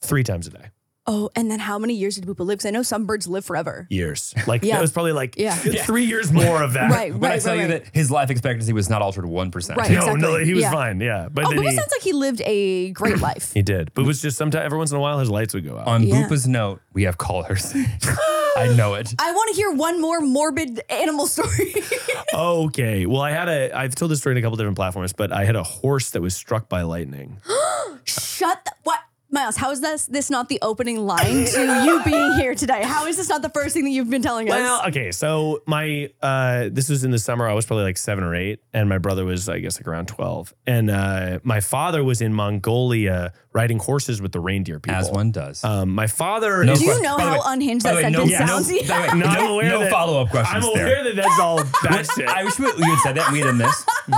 three times a day. Oh, and then how many years did Boopa live? Because I know some birds live forever. Years. Like Yeah. that was probably like Yeah. three years more of that. Right, When I right, tell right, you right. that his life expectancy was not altered one percent. Right. No, no, Exactly. he was Yeah. fine. Yeah, but Oh, then Boopa he, sounds like he lived a great life. he did. But it was just sometimes every once in a while his lights would go out. On Yeah. Boopa's note, we have callers. I know it. I want to hear one more morbid animal story. Okay. Well, I had a, I've told this story in a couple different platforms, but I had a horse that was struck by lightning. Shut the what? Miles, how is this this not the opening line to you being here today? How is this not the first thing that you've been telling us? Well, okay. So my uh this was in the summer. I was probably like seven or eight, and my brother was, I guess, like around twelve. And uh my father was in Mongolia riding horses with the reindeer people. As one does. Um, my father. No is- Do you question. know By the how way- unhinged by that the way, no- sentence yeah, no- sounds? by the way, No, I'm no- aware no that- follow-up questions I'm aware there. that that's all bad shit. I wish we, you had said that. We'd have missed.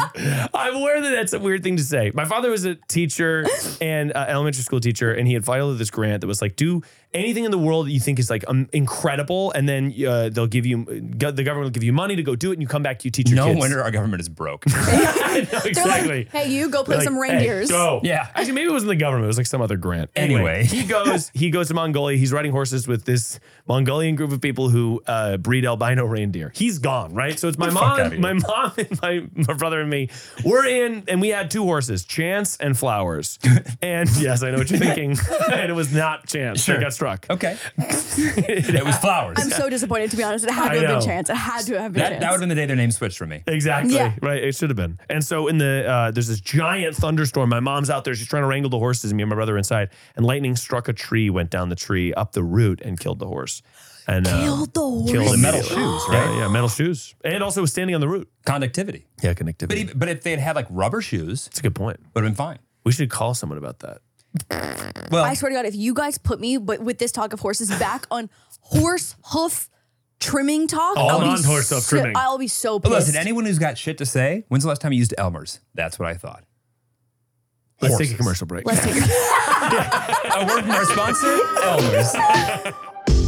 I'm aware that that's a weird thing to say. My father was a teacher and uh, elementary school teacher, and he had filed this grant that was like, do anything in the world that you think is like um, incredible, and then uh, they'll give you go- the government will give you money to go do it, and you come back, you teach your No kids. wonder our government is broke. I know, They're like, exactly. hey, you go play Like, some reindeers. Hey, go. Yeah. Actually, maybe it wasn't the government. It was like some other grant. Anyway, Anyway. he goes. He goes to Mongolia. He's riding horses with this Mongolian group of people who uh, breed albino reindeer. He's gone, right? So it's my fuck outta mom, here. my mom, and my, my brother and me. We're in, and we had two horses, Chance and Flowers. And yes, I know what you're thinking. and it was not Chance. They Sure. got struck. Okay. it was flowers. I'm so disappointed to be honest. It had I to have know. been chance. It had to have been that chance. that would have been the day their name switched for me. Exactly. Yeah. Right. It should have been. And so in the uh, there's this giant thunderstorm. My mom's out there. She's trying to wrangle the horses. Me and my brother are inside. And lightning struck a tree, went down the tree, up the root, and killed the horse. And uh, Killed the horse. killed The him metal immediately. shoes, Yeah, right? yeah, metal shoes, and also was standing on the root. Conductivity. Yeah, connectivity. But even, but if they had had like rubber shoes, That's a good point. would have been fine. We should call someone about that. Well, I swear to God, if you guys put me but with this talk of horses back on horse hoof trimming talk, All I'll be on horse hoof so- trimming. I'll be so but pissed. listen, anyone who's got shit to say, when's the last time you used Elmer's? That's what I thought. Let's Horses. take a commercial break. Let's take it. A word from our sponsor, Elmer's.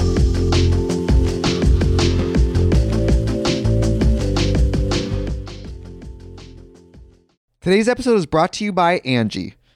Today's episode is brought to you by Angie.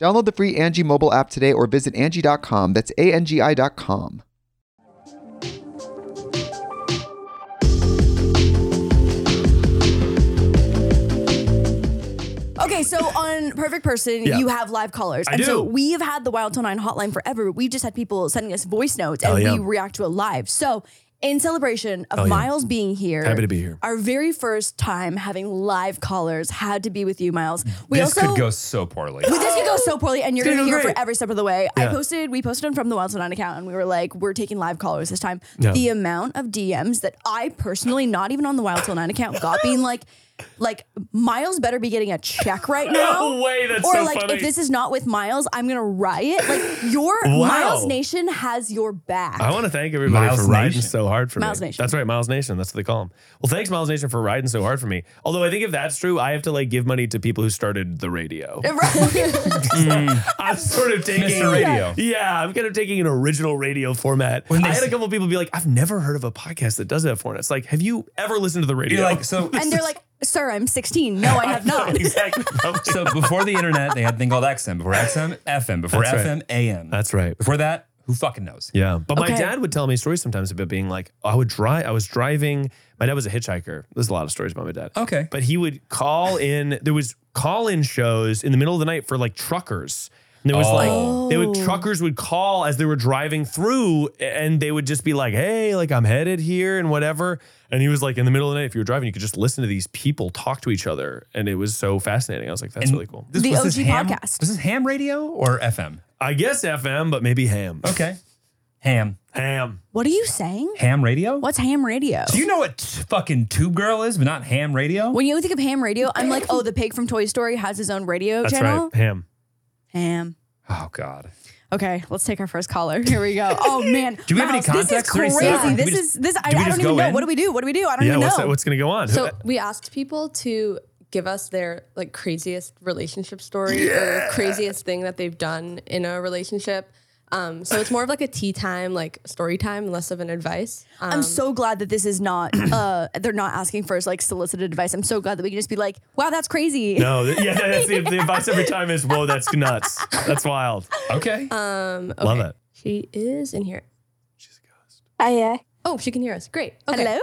Download the free Angie mobile app today or visit Angie.com. That's A N G I.com. Okay, so on Perfect Person, Yeah. you have live callers. I and so do. we've had the Wild Till 9 hotline forever. We've just had people sending us voice notes and Oh, yeah. we react to it live. So, in celebration of Oh, yeah. Miles being here, Happy to be here. Our very first time having live callers had to be with you, Miles. We This also could go so poorly. But this could go so poorly, and you're It's going gonna to go hear great. for every step of the way. I Yeah. posted, we posted on from the Wild Sonata account, and we were like, we're taking live callers this time. Yeah. The amount of DMs that I personally, not even on the Wild Till Nine account, got being like, like Miles better be getting a check right now. way, that's or so like funny. if this is not with Miles, I'm gonna riot. Like your Wow. Miles Nation has your back. I want to thank everybody Miles for riding Nation. so hard for Miles me. Nation. That's right, Miles Nation. That's what they call them. Well, thanks, Miles Nation, for riding so hard for me. Although I think if that's true, I have to like give money to people who started the radio. I'm sort of taking Mr. Mm. Radio. Yeah, I'm kind of taking an original radio format. When I they had a say- couple people be like, "I've never heard of a podcast that does that for." And it's like, have you ever listened to the radio? You're like, so and they're like, "Sir, I'm 16. No, I have not." exactly. so before the internet, they had a thing called XM. Before XM, FM. Before That's right. FM, AM. That's right. Before that, who Who fucking knows? Yeah. But my Okay. dad would tell me stories sometimes about being like, I would drive, I was driving. My dad was a hitchhiker. There's a lot of stories about my dad. Okay. But he would call in, there was call in shows in the middle of the night for like truckers. And there was Oh. like, they would, truckers would call as they were driving through and they would just be like, hey, like I'm headed here and whatever. And he was like, in the middle of the night, if you were driving, you could just listen to these people talk to each other. And it was so fascinating. I was like, that's really cool. This- was this ham- podcast. Was this ham radio or FM? I guess FM, but maybe ham. Okay. Ham. Ham. What are you saying? Ham radio? What's ham radio? Do you know what t- fucking Tube Girl is, but not ham radio? When you think of ham radio, I'm like, oh, the pig from Toy Story has his own radio channel. Ham. Ham. Oh, God. Okay, let's take our first caller. Here we go. Oh man. Do we have any Miles, context? This is 37? crazy. Do we This just- is this. I, do we I just don't even go know. in? What do we do? What do we do? I don't yeah, even what's, know. what's going to go on? So we asked people to give us their like craziest relationship story or craziest thing that they've done in a relationship. Um, so it's more of like a tea time, like story time, less of an advice. Um, I'm so glad that this is not. uh They're not asking for like solicited advice. I'm so glad that we can just be like, wow, that's crazy. No, th- yeah, that's the, the advice every time is, whoa, that's nuts. That's wild. Okay. Um, Love okay. it. She is in here. Hiya. Oh, she can hear us. Great. Hello?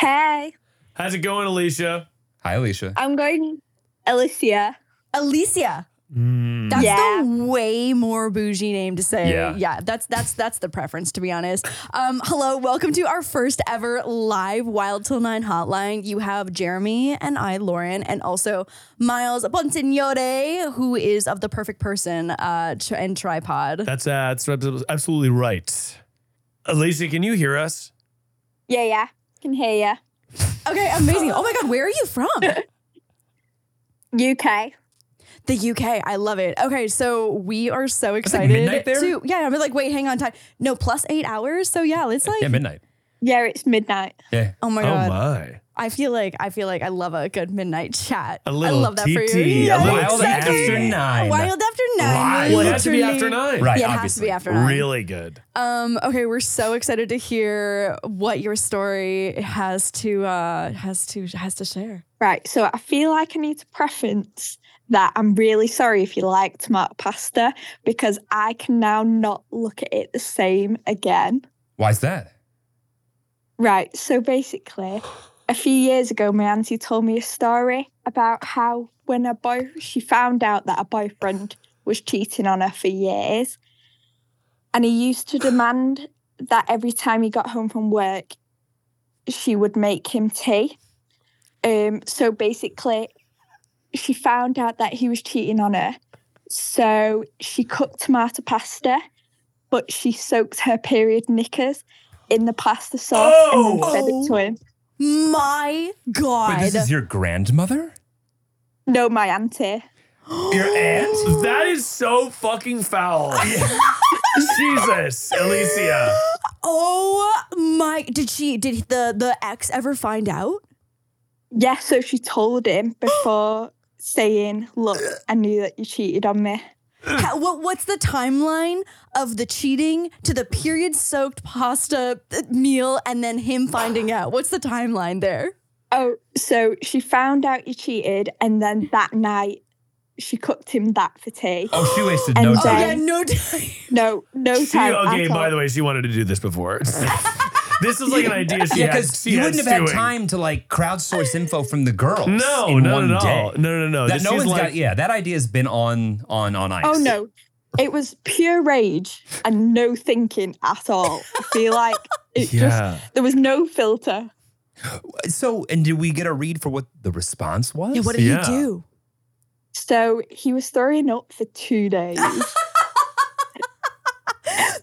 Hey. How's it going, Alicia? Hi, Alicia. I'm going Alicia. Alicia. That's Yeah. the way more bougie name to say. Yeah. Yeah. that's that's that's the preference to be honest. Um, hello, welcome to our first ever live Wild Till Nine hotline. You have Jeremy and I, Lauren, and also Miles Bonsignore, who is of the perfect person uh, tr- and tripod. That's, uh, that's abs- absolutely right. Alicia, can you hear us? Yeah, yeah. Can hear ya. Okay, amazing. Oh my god, where are you from? UK. The UK. I love it. Okay, so we are so like, excited. midnight there? to- yeah, I'm like, wait, hang on, time. No, plus eight hours. So yeah, it's like midnight. Yeah, it's midnight. Yeah. Oh my god. Oh, my. I feel like I feel like I love a good midnight chat. A little I love that for you. TT, a little Wild after nine. Wild after nine. Wild. Well, it has to be literally. after nine. Right, Yeah, it has to obviously. be after nine. Really good. Um, okay, we're so excited to hear what your story has to uh, has to has to share. Right, so I feel like I need to preference that I'm really sorry if you like tomato pasta because I can now not look at it the same again. Why's that? Right, so basically, a few years ago, my auntie told me a story about how when a boy she found out that a boyfriend was cheating on her for years, and he used to demand that every time he got home from work, she would make him tea. Um, so basically, she found out that he was cheating on her, so she cooked tomato pasta, but she soaked her period knickers in the pasta sauce and then fed it to him. Oh! My God! Wait, this is your grandmother? No, my auntie. Your aunt? That is so fucking foul. Jesus, Alicia. Oh my! Did she? Did the the ex ever find out? Yeah, so she told him before saying, Look, I knew that you cheated on me. How, what What's the timeline of the cheating to the period soaked pasta uh, meal and then him finding out? What's the timeline there? Oh, so she found out you cheated, and then that night she cooked him that for tea. Oh, she wasted And no then- time. no time. No, no She, time. okay, at all. by the way, she wanted to do this before. this is like an idea she yeah, had. because she you had wouldn't have had stewing. time to like crowdsource info from the girls. No, in not one at all. day. No, no, no. That This no is one's like- got. Yeah, that idea's been on on on ice. Oh, no. It was pure rage and no thinking at all. I feel like it Yeah. just, there was no filter. So, and did we get a read for what the response was? Yeah, what did he Yeah. do? So he was throwing up for two days.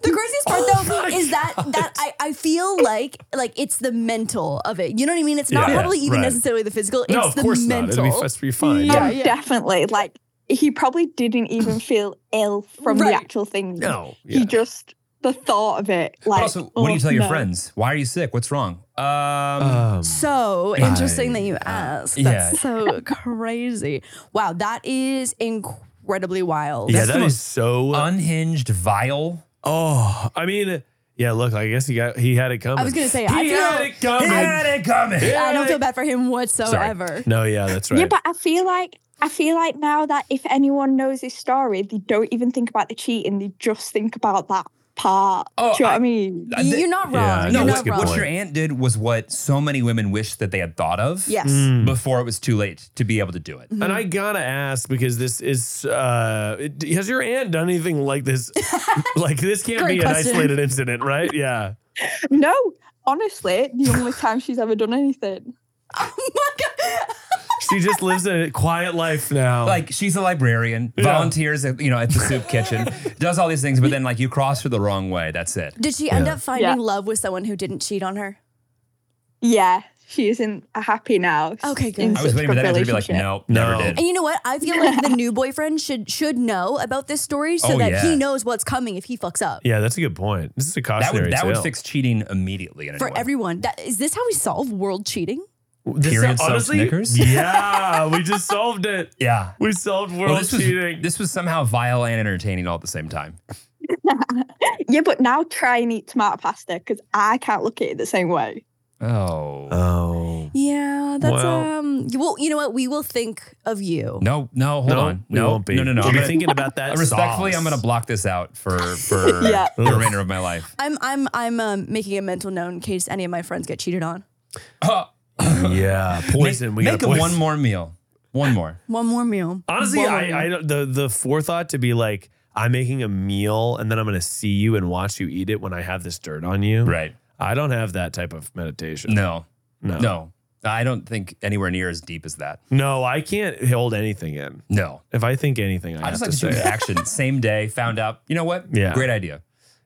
The craziest part Oh, Oh though is that that I, I feel like like it's the mental of it. You know what I mean? It's not Yeah, probably even right. necessarily the physical. It's the mental. Oh, definitely. Like he probably didn't even feel ill from the Right. actual thing. No, he just the thought of it. Like, also, what do you oh, tell your no. friends? Why are you sick? What's wrong? Um, So I- interesting that you asked. That's yeah. so crazy. Wow, that is incredibly wild. Yeah, that is so unhinged, vile. Oh, I mean, yeah. Look, I guess he got he had it coming. I was gonna say he I feel had it coming. I- He I had don't it- feel bad for him whatsoever. No, yeah, that's right. Yeah, but I feel like I feel like now that if anyone knows his story, they don't even think about the cheating. They just think about that part. Oh, Do you know what I- I mean? Uh, th- You're not wrong. no, You're what, not wrong. what your aunt did was what so many women wish that they had thought of Yes. Mm-hmm. Mm. before it was too late to be able to do it. Hmm. And I gotta ask because this is uh, it- has your aunt done anything like this? like this can't Great be an question. isolated incident, right? Yeah. No, honestly, the only time she's ever done anything. She just lives a quiet life now. Like she's a librarian, volunteers, at, you know, at the soup kitchen, does all these things, but then like you cross her the wrong way. That's it. Did she end Yeah. up finding Yeah. love with someone who didn't cheat on her? Yeah, she is in a happy now. Okay, good. in I was such waiting for good that answer to be like, relationship. nope, No. never did. And you know what? I feel like the new boyfriend should should know about this story so Oh, that yeah. he knows what's coming if he fucks up. yeah, that's a good point. This is a That cautionary would that would tale. fix cheating immediately. In a For way. everyone, that is this how we solve world cheating? This is- Period. Honestly, honestly, Snickers. yeah, we just solved it. Yeah. We solved world Well, this was cheating. this was somehow vile and entertaining all at the same time. Yeah, but now try and eat tomato pasta because I can't look at it the same way. Oh. Oh. Yeah, that's Well- um. You, well, you know what? We will think of you. No, no, hold No, on. we No, won't be. no, no, no. We'll I'm be gonna- thinking about that. Respectfully, sauce. I'm going to block this out for for Yeah. the remainder of my life. I'm I'm I'm um, making a mental note in case any of my friends get cheated on. Yeah, poison. Make, we make got it poison. one more meal. One more. One more meal. Honestly, One more I, I meal. don't- the the forethought to be like, I'm making a meal and then I'm gonna see you and watch you eat it when I have this dirt on you. Right. I don't have that type of meditation. No, no, no. I don't think anywhere near as deep as that. No, I can't hold anything in. No. If I think anything, I, I have just to like to say, do it. action. Same day, found out. You know what? Yeah. Great idea.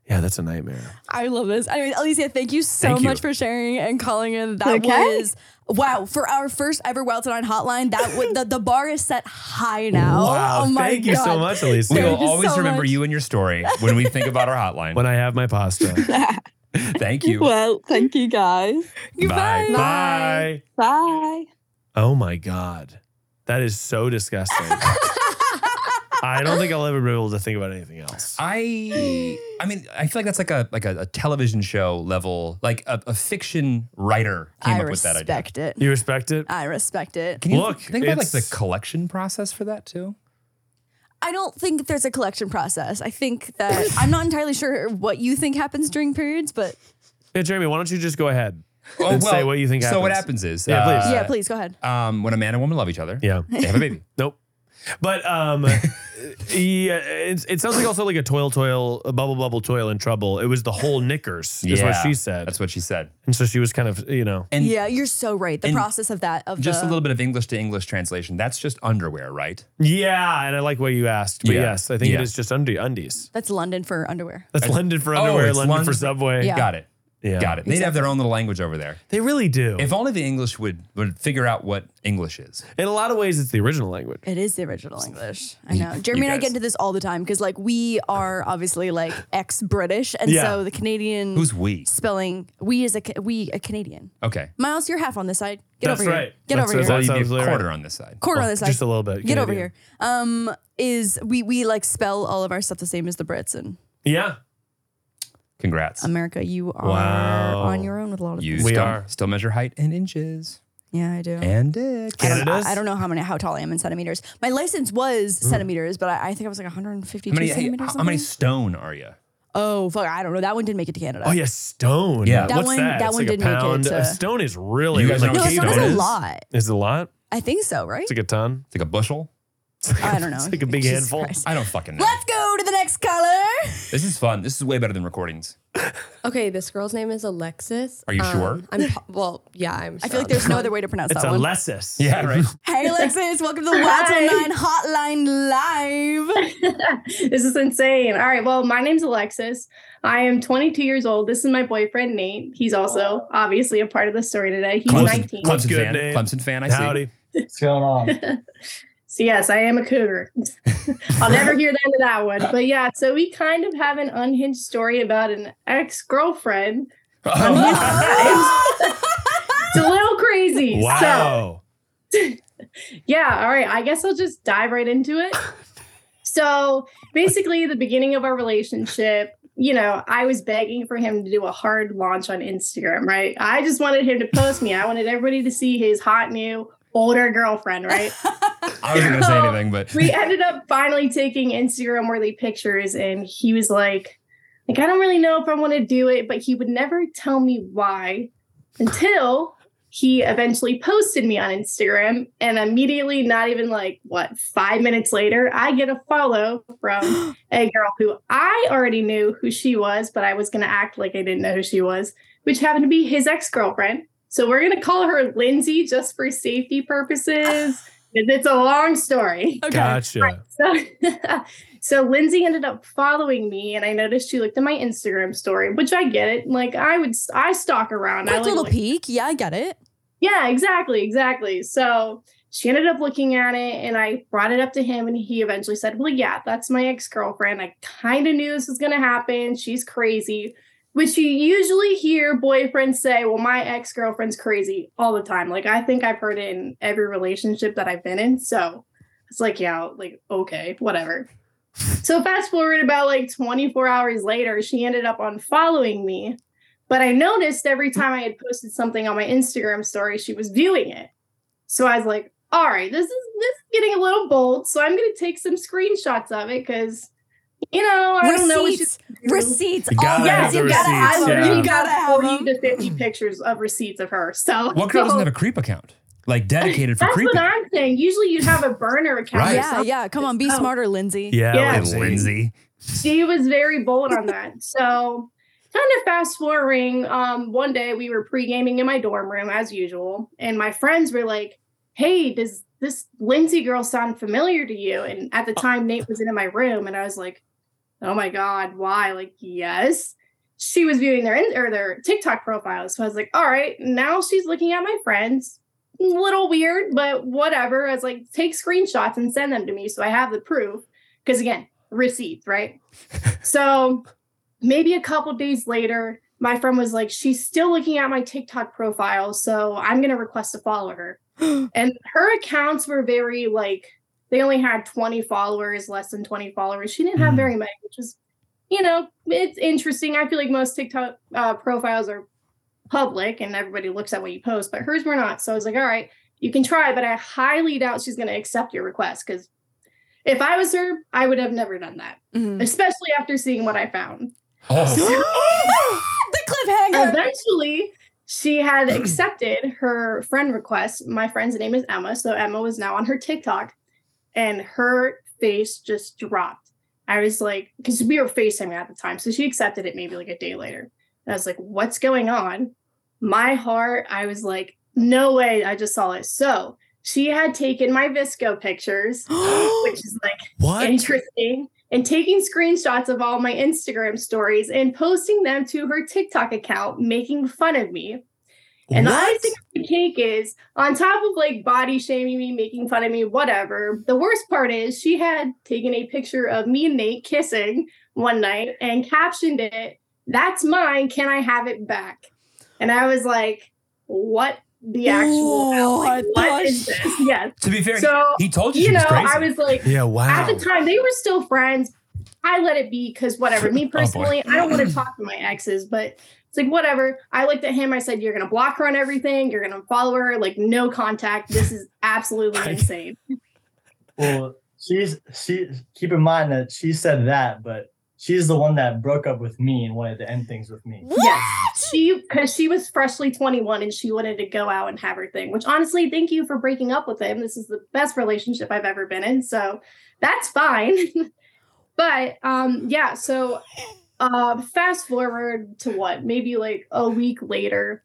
yeah, that's a nightmare. I love this. Anyway, Alicia, thank you so Thank you. much for sharing and calling in. That Okay. was wow for our first ever Wild Tonight hotline. That w- the, the bar is set high now. Wow, oh my thank God. you so much, Elisa. We will you always so remember much. you and your story when we think about our hotline. when I have my pasta. Thank you. Well, thank you guys. Goodbye. Bye. Bye. Bye. Oh my god, that is so disgusting. I don't think I'll ever be able to think about anything else. I I mean, I feel like that's like a like a, a television show level, like a, a fiction writer came I up with that idea. Uh, respect it. You respect it? I respect it. Can you Look, think about like the it's- collection process for that too? I don't think there's a collection process. I think that I'm not entirely sure what you think happens during periods, but Yeah, Jeremy, why don't you just go ahead? Oh, And say what you think So what happens. happens is, uh, Yeah, please. yeah, please go ahead. Um, when a man and woman love each other, Yeah. they have a baby. Nope. But um, yeah, it's, it sounds like also like a toil, toil, a bubble, bubble, toil in trouble. It was the whole knickers, is what Yeah, she said. That's what she said. and so she was kind of, you know, And yeah, you're so right. The and process of that of just the, a little bit of English to English translation. That's just underwear, right? yeah. And I like what you asked, but Yeah. yes, I think Yeah. it is just undi- undies. That's London for underwear. That's London for underwear, Oh, it's London for London- subway. Yeah. Got it. Yeah. Got it. They'd have their own little language over there. They really do. If only the English would would figure out what English is. in a lot of ways, it's the original language. It is the original English. I know. Jeremy and I guys. get into this all the time because like we are obviously like ex-British, and Yeah. so the Canadian Who's we? spelling we is a Ca- we a Canadian. Okay. Miles, you're half on this side. Get That's over here. right. Get That's over right. here. That Well, you'd sounds be a right. quarter on this side. Quarter on this side. Just a little bit. Get over Canadian. here. Um, is we we like spell all of our stuff the same as the Brits and Yeah. Congrats. America. Um, You are Wow. on your own with a lot of you things. We still, are. still measure height in inches Yeah, I do. and dick. I don't, Canada's? I, I don't know how many how tall I am in centimeters. My license was centimeters, but I, I think I was like 152 Mm. How many, hey, centimeters. how, how something. many stone are you? Oh fuck, I don't know. That one didn't make it to Canada. Oh, yeah. Stone. Yeah. That What's one- that? that It's one like a did make it pound. to- A ststone is really. You guys like know No, what that's Okay, not stone that's a is. lot. Is it a lot? I think so, right? It's like a ton. It's like a bushel? I don't know. It's like a big Jesus handful. Christ. I don't fucking know. Let's go to the next color. This is fun. This is way better than recordings. Okay, this girl's name is Alexis. Um, Are you sure? I'm po- well, yeah, I'm. Sure I feel like on there's this no one. other way to pronounce It's that a one. lessis. right. hey, Alexis, welcome to the Wild Hi. Till Nine Hotline Live. this is insane. All right. Well, my name's Alexis. I am 22 years old. This is my boyfriend, Nate. He's also obviously a part of the story today. He's Clemson. 19. Clemson. That's Clemson good, fan. Nate. Clemson fan, I see. Howdy. What's going on? So, yes, I am a cougar. I'll never hear the end of that one. But yeah, so we kind of have an unhinged story about an ex girlfriend. Oh. It's a little crazy. So, Wow. Yeah, all right. I guess I'll just dive right into it. So basically, the beginning of our relationship, you know, I was begging for him to do a hard launch on Instagram, right? I just wanted him to post me. I wanted everybody to see his hot new older girlfriend, right? I wasn't going to say anything, but we ended up finally taking Instagram worthy pictures, and he was like, like, I don't really know if I want to do it, but he would never tell me why until he eventually posted me on Instagram. And immediately, not even like what, five minutes later, I get a follow from a girl who I already knew who she was, but I was going to act like I didn't know who she was, which happened to be his ex girlfriend. So we're going to call her Lindsay just for safety purposes. 'cause It's a long story. Gotcha. So, so Lindsay ended up following me, and I noticed she looked at my Instagram story, which I get it. Like I would, I stalk around. I Quick like little look- peek. Yeah, I get it. yeah, exactly, exactly. So she ended up looking at it and I brought it up to him and he eventually said, "Well, yeah, that's my ex-girlfriend. I kind of knew this was going to happen. She's crazy." Which you usually hear boyfriends say, "Well, my ex-girlfriend's crazy" all the time. Like I think I've heard it in every relationship that I've been in. So it's like, yeah, like okay, whatever. So fast forward about like 24 hours later, she ended up unfollowing me. But I noticed every time I had posted something on my Instagram story, she was viewing it. So I was like, all right, this is this is getting a little bold. So I'm gonna take some screenshots of it because you know, I don't know what she's receipts. You gotta have yes, the you gotta have receipts, them. yeah. You gotta have Gotta 40 to 50 pictures of receipts of her. So What girl doesn't have a creep account? Like dedicated for That's creeping. what I'm saying. Usually you'd have a burner account. or Yeah, something. yeah. Come on, be Oh. smarter, Lindsay. Yeah. Lindsay. Lindsay. she was very bold on that. So, kind of fast forwarding, um, one day we were pre gaming in my dorm room as usual, and my friends were like, Hey, does this Lindsay girl sound familiar to you? And at the time, Nate was in my room, and I was like, Oh my God, why? Like, yes. She was viewing their in- or their TikTok profiles. So I was like, all right, now she's looking at my friends. Little weird, but whatever. I was like, take screenshots and send them to me so I have the proof. Because again, receipts, right? so maybe a couple days later, my friend was like, she's still looking at my TikTok profile, so I'm gonna request to follow her. and her accounts were very like they only had 20 followers, less than 20 followers. She didn't have very many, which is, you know, it's interesting. I feel like most TikTok uh, profiles are public and everybody looks at what you post, but hers were not. So I was like, all right, you can try, but I highly doubt she's gonna accept your request because if I was her, I would have never done that, especially after seeing what I found. the cliffhanger. Eventually, she had accepted her friend request. My friend's name is Emma, so Emma was now on her TikTok, and her face just dropped. I was like, because we were FaceTiming at the time, so she accepted it maybe like a day later. And I was like, what's going on? My heart, I was like, no way, I just saw it. So she had taken my Visco pictures, which is like What? interesting, and taking screenshots of all my Instagram stories and posting them to her TikTok account, making fun of me. And the icing on the cake is on top of like body shaming me, making fun of me, whatever. The worst part is she had taken a picture of me and Nate kissing one night and captioned it, That's mine. Can I have it back? And I was like, What the actual hell? Like, what is this? Yes. To be fair, he- so he told you she know, was crazy. I was like, Yeah, wow. At the time, they were still friends. I let it be because whatever. Me Oh, boy. personally, I don't want to talk to my exes, but it's like whatever. I looked at him. I said, "You're gonna block her on everything. You're gonna follow her. Like no contact. This is absolutely insane." Well, Oh. she's she. Keep in mind that she said that, but she's the one that broke up with me and wanted to end things with me. Yes, she because she was freshly 21 and she wanted to go out and have her thing. Which honestly, thank you for breaking up with him. This is the best relationship I've ever been in, so that's fine. but um, yeah, so um, fast forward to what maybe like a week later,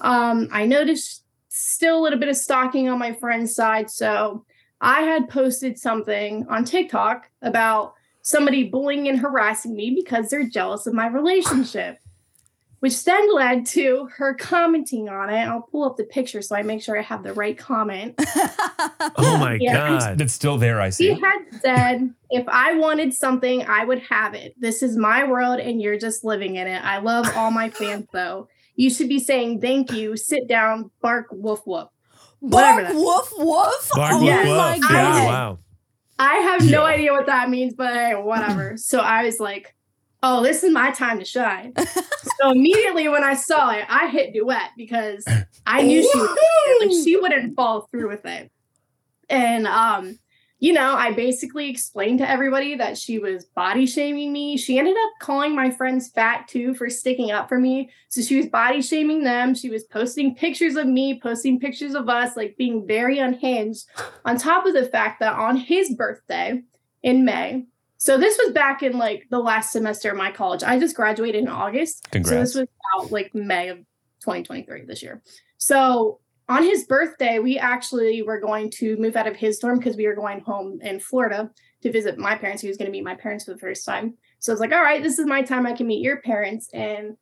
um, I noticed still a little bit of stalking on my friend's side, so I had posted something on TikTok about somebody bullying and harassing me because they're jealous of my relationship which then led to her commenting on it. I'll pull up the picture so I make sure I have the right comment. Oh my Yeah. God. That's still there, I She see. had said, If I wanted something, I would have it. This is my world and you're just living in it. I love all my fans though. You should be saying thank you, sit down, bark, woof, woof. Whatever Bark, that- woof, woof. Bark, oh woof, my woof. god. Yeah, wow. I have no idea what that means, but hey, whatever. so I was like, oh, this is my time to shine. so immediately when I saw it, I hit duet because I knew she would, like she wouldn't fall through with it. And um you know, I basically explained to everybody that she was body shaming me. She ended up calling my friends fat too for sticking up for me. So she was body shaming them. She was posting pictures of me, posting pictures of us, like being very unhinged. On top of the fact that on his birthday in May, so this was back in like the last semester of my college. I just graduated in August. So Congrats. this was out like May of 2023 this year. So on his birthday, we actually were going to move out of his dorm because we were going home in Florida to visit my parents. He was going to meet my parents for the first time. So I was like, all right, this is my time. I can meet your parents. And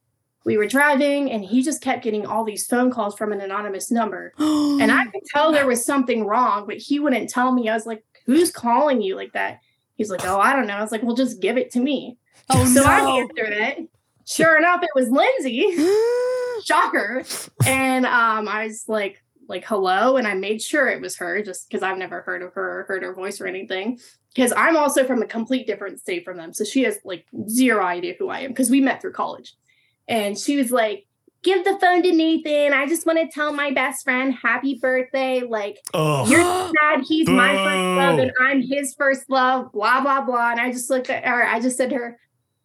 we were driving, and he just kept getting all these phone calls from an anonymous number. and I could tell there was something wrong, but he wouldn't tell me. I was like, who's calling you like that? He's like, oh, I don't know. I was like, well, just give it to me. Oh, so no. I answered it. Sure enough, it was Lindsay. Shocker. And um, I was like, like hello, and I made sure it was her, just because I've never heard of her, or heard her voice or anything. Because I'm also from a complete different state from them, so she has like zero idea who I am because we met through college. And she was like, "Give the phone to Nathan. I just want to tell my best friend happy birthday. Like Ugh. you're sad. He's my first love, Boo. and I'm his first love. Blah blah blah." And I just looked at her. I just said to her,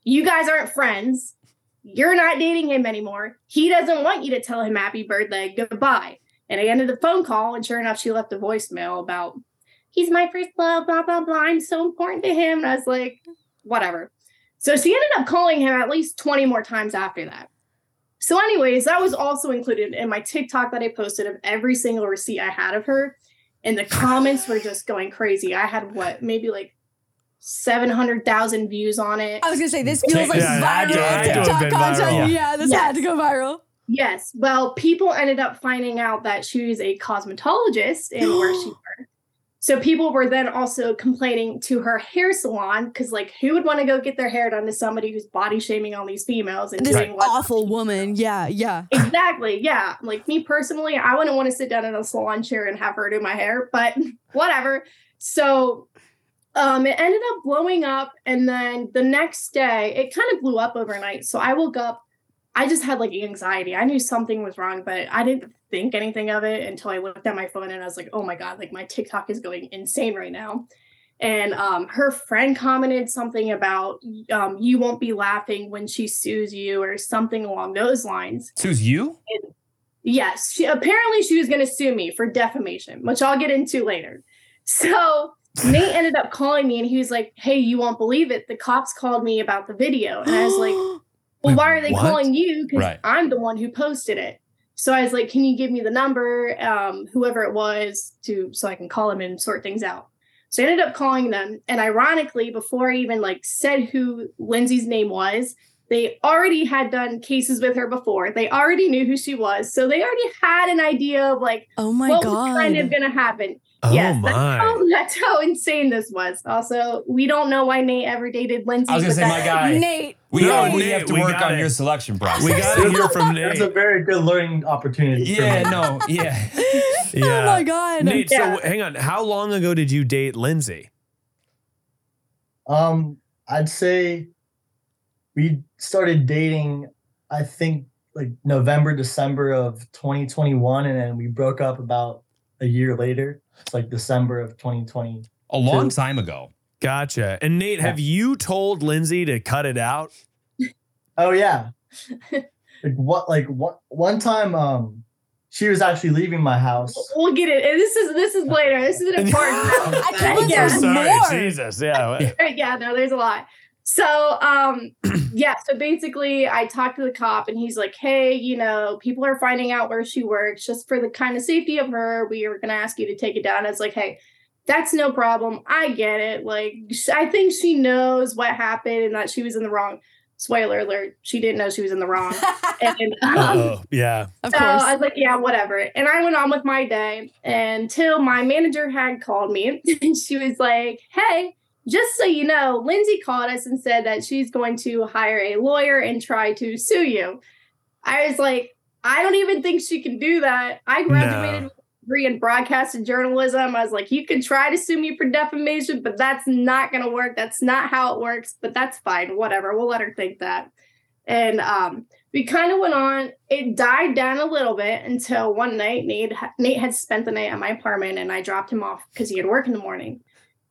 "You guys aren't friends. You're not dating him anymore. He doesn't want you to tell him happy birthday. Goodbye." And I ended the phone call, and sure enough, she left a voicemail about he's my first love, blah, blah, blah. I'm so important to him. And I was like, whatever. So she ended up calling him at least 20 more times after that. So, anyways, that was also included in my TikTok that I posted of every single receipt I had of her. And the comments were just going crazy. I had what, maybe like 700,000 views on it. I was gonna say, this feels like Yeah, that viral had to have TikTok been content. viral. Yeah, this had to go viral. Yes. Well, people ended up finding out that she was a cosmetologist and where she worked. So people were then also complaining to her hair salon because, like, who would want to go get their hair done to somebody who's body shaming all these females and This doing what awful woman. Yeah, yeah. Exactly. Yeah. Like me personally, I wouldn't want to sit down in a salon chair and have her do my hair, but whatever. So um it ended up blowing up and then the next day it kind of blew up overnight. So I woke up, I just had like anxiety. I knew something was wrong, but I didn't think anything of it until I looked at my phone and I was like, oh my God, like my TikTok is going insane right now and um, her friend commented something about um, you won't be laughing when she sues you or something along those lines Sue's you? yes she apparently she was going to sue me for defamation which i'll get into later so nate ended up calling me and he was like hey you won't believe it the cops called me about the video and i was like well why are they what? calling you because Right. i'm the one who posted it so i was like can you give me the number um, whoever it was to so i can call him and sort things out so I ended up calling them. And ironically, before I even like said who Lindsay's name was, they already had done cases with her before. They already knew who she was. So they already had an idea of like oh my what was kind God. of gonna happen. Oh yes, that's my. how, that's how insane this was. Also, we don't know why Nate ever dated Lindsay. I was gonna but say, my that- guy, we, No, we Nate, have to we work got on it. your selection process. We got to hear from Nate. It's a very good learning opportunity. Yeah, no, yeah. yeah. Oh my God. Nate, Yeah. so hang on. How long ago did you date Lindsay? Um, I'd say we started dating. I think like November, December of 2021, and then we broke up about a year later. It's like December of 2020. A long time ago. Gotcha. And Nate, have you told Lindsay to cut it out? Oh yeah. like what? Like what? One time, um, she was actually leaving my house. We'll get it. And this is this is later. This is an important. I Oh, Jesus. Yeah. yeah, no, there's a lot. So, um, yeah, so basically, I talked to the cop, and he's like, "Hey, you know, people are finding out where she works. Just for the kind of safety of her, we are going to ask you to take it down." I was like, "Hey, that's no problem. I get it. Like, sh- I think she knows what happened and that she was in the wrong." Spoiler alert: She didn't know she was in the wrong. and um, Oh, yeah. so I was like, yeah, whatever. And I went on with my day until my manager had called me and she was like, hey, just so you know, Lindsay called us and said that she's going to hire a lawyer and try to sue you. I was like, I don't even think she can do that. I graduated No. with a degree in broadcast and journalism. I was like, you can try to sue me for defamation, but that's not going to work. That's not how it works, but that's fine. Whatever. We'll let her think that. And um, we kind of went on. It died down a little bit until one night Nate, Nate had spent the night at my apartment and I dropped him off because he had work in the morning.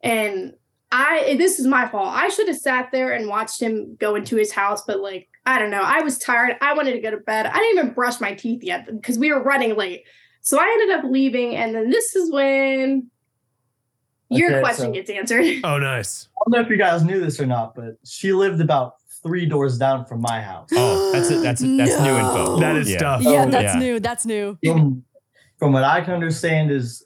And I this is my fault. I should have sat there and watched him go into his house, but like I don't know. I was tired. I wanted to go to bed. I didn't even brush my teeth yet because we were running late. So I ended up leaving, and then this is when your Okay, question so- gets answered. Oh, nice. I don't know if you guys knew this or not, but she lived about three doors down from my house. Oh, that's it. That's it. That's new info. That is stuff. Yeah, that's new. That's new. From, from what I can understand is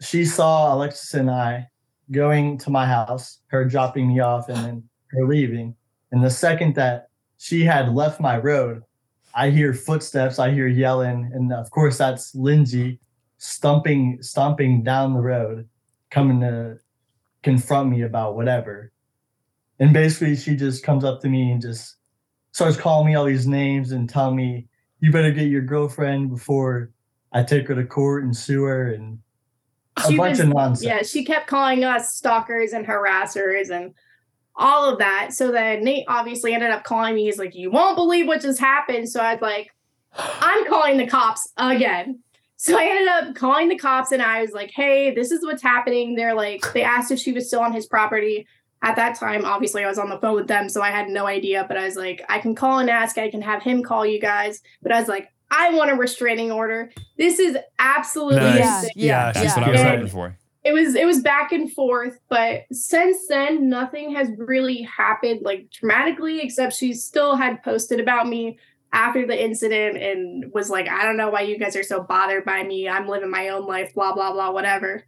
she saw Alexis and I going to my house, her dropping me off and then her leaving. And the second that she had left my road, I hear footsteps, I hear yelling, and of course that's Lindsay stumping stomping down the road, coming to confront me about whatever. And basically she just comes up to me and just starts calling me all these names and telling me, you better get your girlfriend before I take her to court and sue her and a She bunch was- of nonsense. Yeah, she kept calling us stalkers and harassers and all of that. So then Nate obviously ended up calling me. He's like, "You won't believe what just happened." So I was like, "I'm calling the cops again." So I ended up calling the cops and I was like, "Hey, this is what's happening." They're like, they asked if she was still on his property. At that time, obviously, I was on the phone with them, so I had no idea. But I was like, I can call and ask. I can have him call you guys. But I was like, I want a restraining order. This is absolutely Nice. insane. Yeah, That's what I was And- hoping for. it was it was back and forth but since then nothing has really happened like dramatically except she still had posted about me after the incident and was like i don't know why you guys are so bothered by me i'm living my own life blah blah blah whatever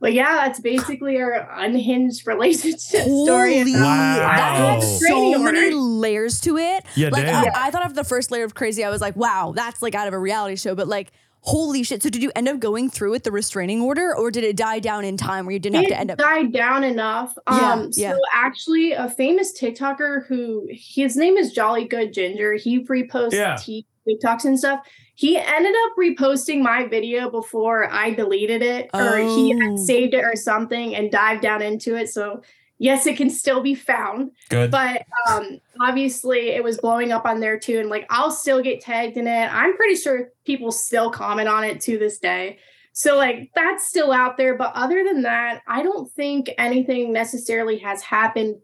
but yeah that's basically our unhinged relationship story Holy- Wow. That had Oh. so Restraining many order. layers to it. Yeah, like damn. I, I thought after the first layer of crazy, I was like, wow, that's like out of a reality show. But like, holy shit! So did you end up going through with the restraining order, or did it die down in time where you didn't have to It end up? died down enough. Yeah, Um, yeah. So actually, a famous TikToker who his name is Jolly Good Ginger. He reposts Yeah. t- TikToks and stuff. He ended up reposting my video before I deleted it, or he had Oh. saved it or something, and dived down into it. So yes, it can still be found. Good. But um, obviously, it was blowing up on there too, and like I'll still get tagged in it. I'm pretty sure people still comment on it to this day. So like that's still out there, but other than that, I don't think anything necessarily has happened.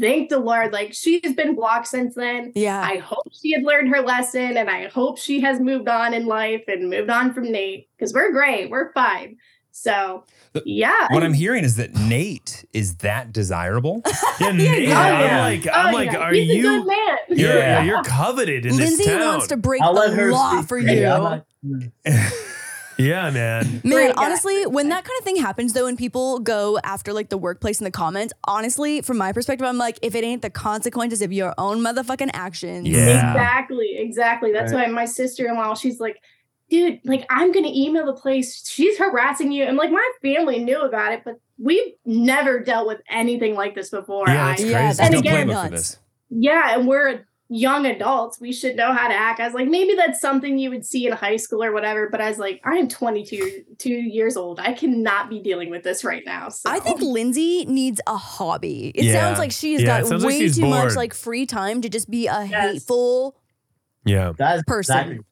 Thank the Lord. Like she has been blocked since then. Yeah. I hope she had learned her lesson and I hope she has moved on in life and moved on from Nate because we're great. We're fine. So yeah. What I'm hearing is that Nate is that desirable. Yeah, Nate. yeah. I'm Yeah. like, I'm Oh, like, yeah. are He's a you? good man. You're, Yeah. you're coveted in Lindsay this town. wants to break I'll let the her law speak for today. you. I'm not- yeah, man. Man, honestly, when that kind of thing happens though, and people go after like the workplace in the comments, honestly, from my perspective, I'm like, if it ain't the consequences of your own motherfucking actions, Yeah. Exactly. Exactly. That's Right. why my sister in law, she's like, dude, like, I'm going to email the place. She's harassing you. And like, my family knew about it, but we've never dealt with anything like this before. Yeah, that's I- crazy. There's and no again, playbook for this. yeah, and we're young adults. We should know how to act. I was like, maybe that's something you would see in high school or whatever. But I was like, I am 22 two years old. I cannot be dealing with this right now. So. I think Lindsay needs a hobby. It Yeah. sounds like she has Yeah, it got sounds like way she's too much bored. like free time to just be a hateful Yeah. That's person.